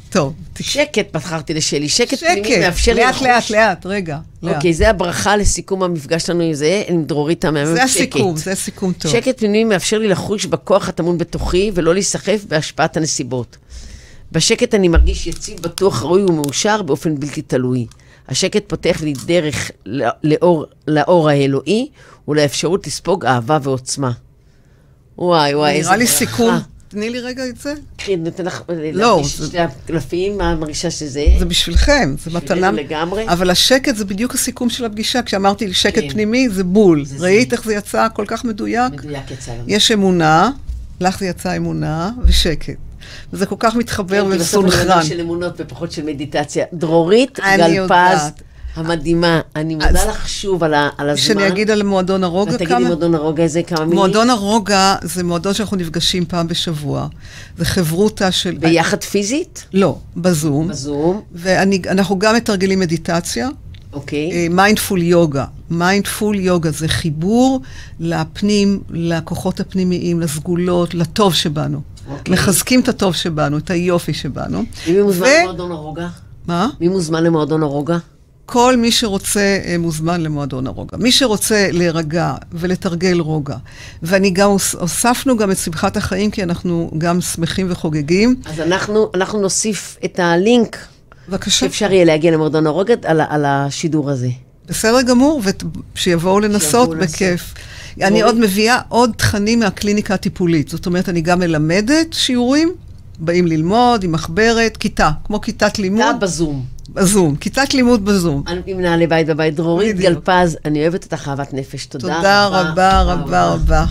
טוב, תקשיבי. שקט בחרתי לשלי, שקט פנימי שקט, מאפשר לי לאט, לחוש. לאט, לאט, רגע. לאט. אוקיי, זה הברכה לסיכום המפגש שלנו עם זה, עם דרורית המהמם. זה הסיכום, זה סיכום טוב. שקט פנימי מאפשר לי לחוש בכוח הטמון בתוכי ולא להיסחף בהשפעת הנסיבות. בשקט אני מרגיש יציב, בטוח, ראוי ומאושר באופן בלתי תלוי. השקט פותח לי דרך לא- לאור, לאור האלוהי ולאפשרות לספוג אהבה ועוצמה. וואי, וואי, איזה נראה לי ברכה. סיכום. תני לי רגע את זה. כן, נותן לך לא, להרגיש זה- את שתי הקלפים, מה מרגישה שזה? זה בשבילכם, זה מתנה. כן. לגמרי. אבל השקט זה בדיוק הסיכום של הפגישה. כשאמרתי שקט כן. פנימי, זה בול. זה ראית זה. איך זה יצא כל כך מדויק? מדויק יצא לנו. יש אמונה, לך זה יצא אמונה ושקט. וזה כל כך מתחבר כן, כי בסוף אני בן וסונכרן. אדם של אמונות ופחות של מדיטציה. דרורית אני גלפז יודעת. המדהימה, אני אז- מודה לך שוב על ה- על הזמן. שאני אגיד על מועדון הרוגע ואת תגידי כמה? מועדון הרוגע איזה כמה מילים. מועדון הרוגע זה מועדון שאנחנו נפגשים פעם בשבוע. זה חברותה של... ביחד פיזית? לא, בזום. בזום, ואנחנו גם מתרגלים מדיטציה. אה, אוקיי. מיינדפול יוגה. מיינדפול יוגה זה חיבור לפנים, לכוחות הפנימיים, לסגולות, לטוב שבנו. אוקיי. מחזקים את הטוב שבנו, את היופי שבנו. מי מוזמן ו- למועדון הרוגע? מה? מי מוזמן למועדון הרוגע? כל מי שרוצה אה, מוזמן למועדון הרוגע. מי שרוצה להירגע ולתרגל רוגע, ואני גם, הוס- הוספנו גם את שמחת החיים, כי אנחנו גם שמחים וחוגגים. אז אנחנו, אנחנו נוסיף את הלינק בבקשה. שאפשר יהיה להגיע למועדון הרוגד על, ה- על השידור הזה. בסדר גמור, ושיבואו לנסות לנסות. בכיף. אני אורי? עוד מביאה עוד תכנים מהקליניקה הטיפולית. זאת אומרת, אני גם מלמדת שיעורים, באים ללמוד עם מחברת, כיתה, כמו כיתת אתה לימוד בזום. בזום. כיתת לימוד בזום. אני- עם מנהלי בית בבית. דרורית בדיוק. גלפז, אני אוהבת אותך אהבת נפש. תודה, תודה רבה רבה רבה.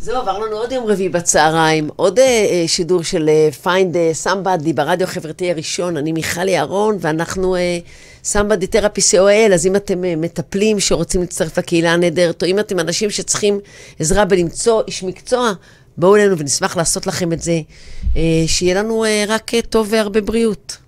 זהו, עבר לנו עוד יום רביעי בצהריים, עוד אה, אה, שידור של אה, Find אה, Somebody ברדיו החברתי הראשון. אני מיכל יערון, ואנחנו אה, Somebody Therapy COL, אז אם אתם אה, מטפלים שרוצים להצטרף לקהילה הנהדרת, או אם אתם אנשים שצריכים עזרה בלמצוא איש מקצוע, בואו אלינו ונשמח לעשות לכם את זה. אה, שיהיה לנו אה, רק אה, טוב והרבה בריאות.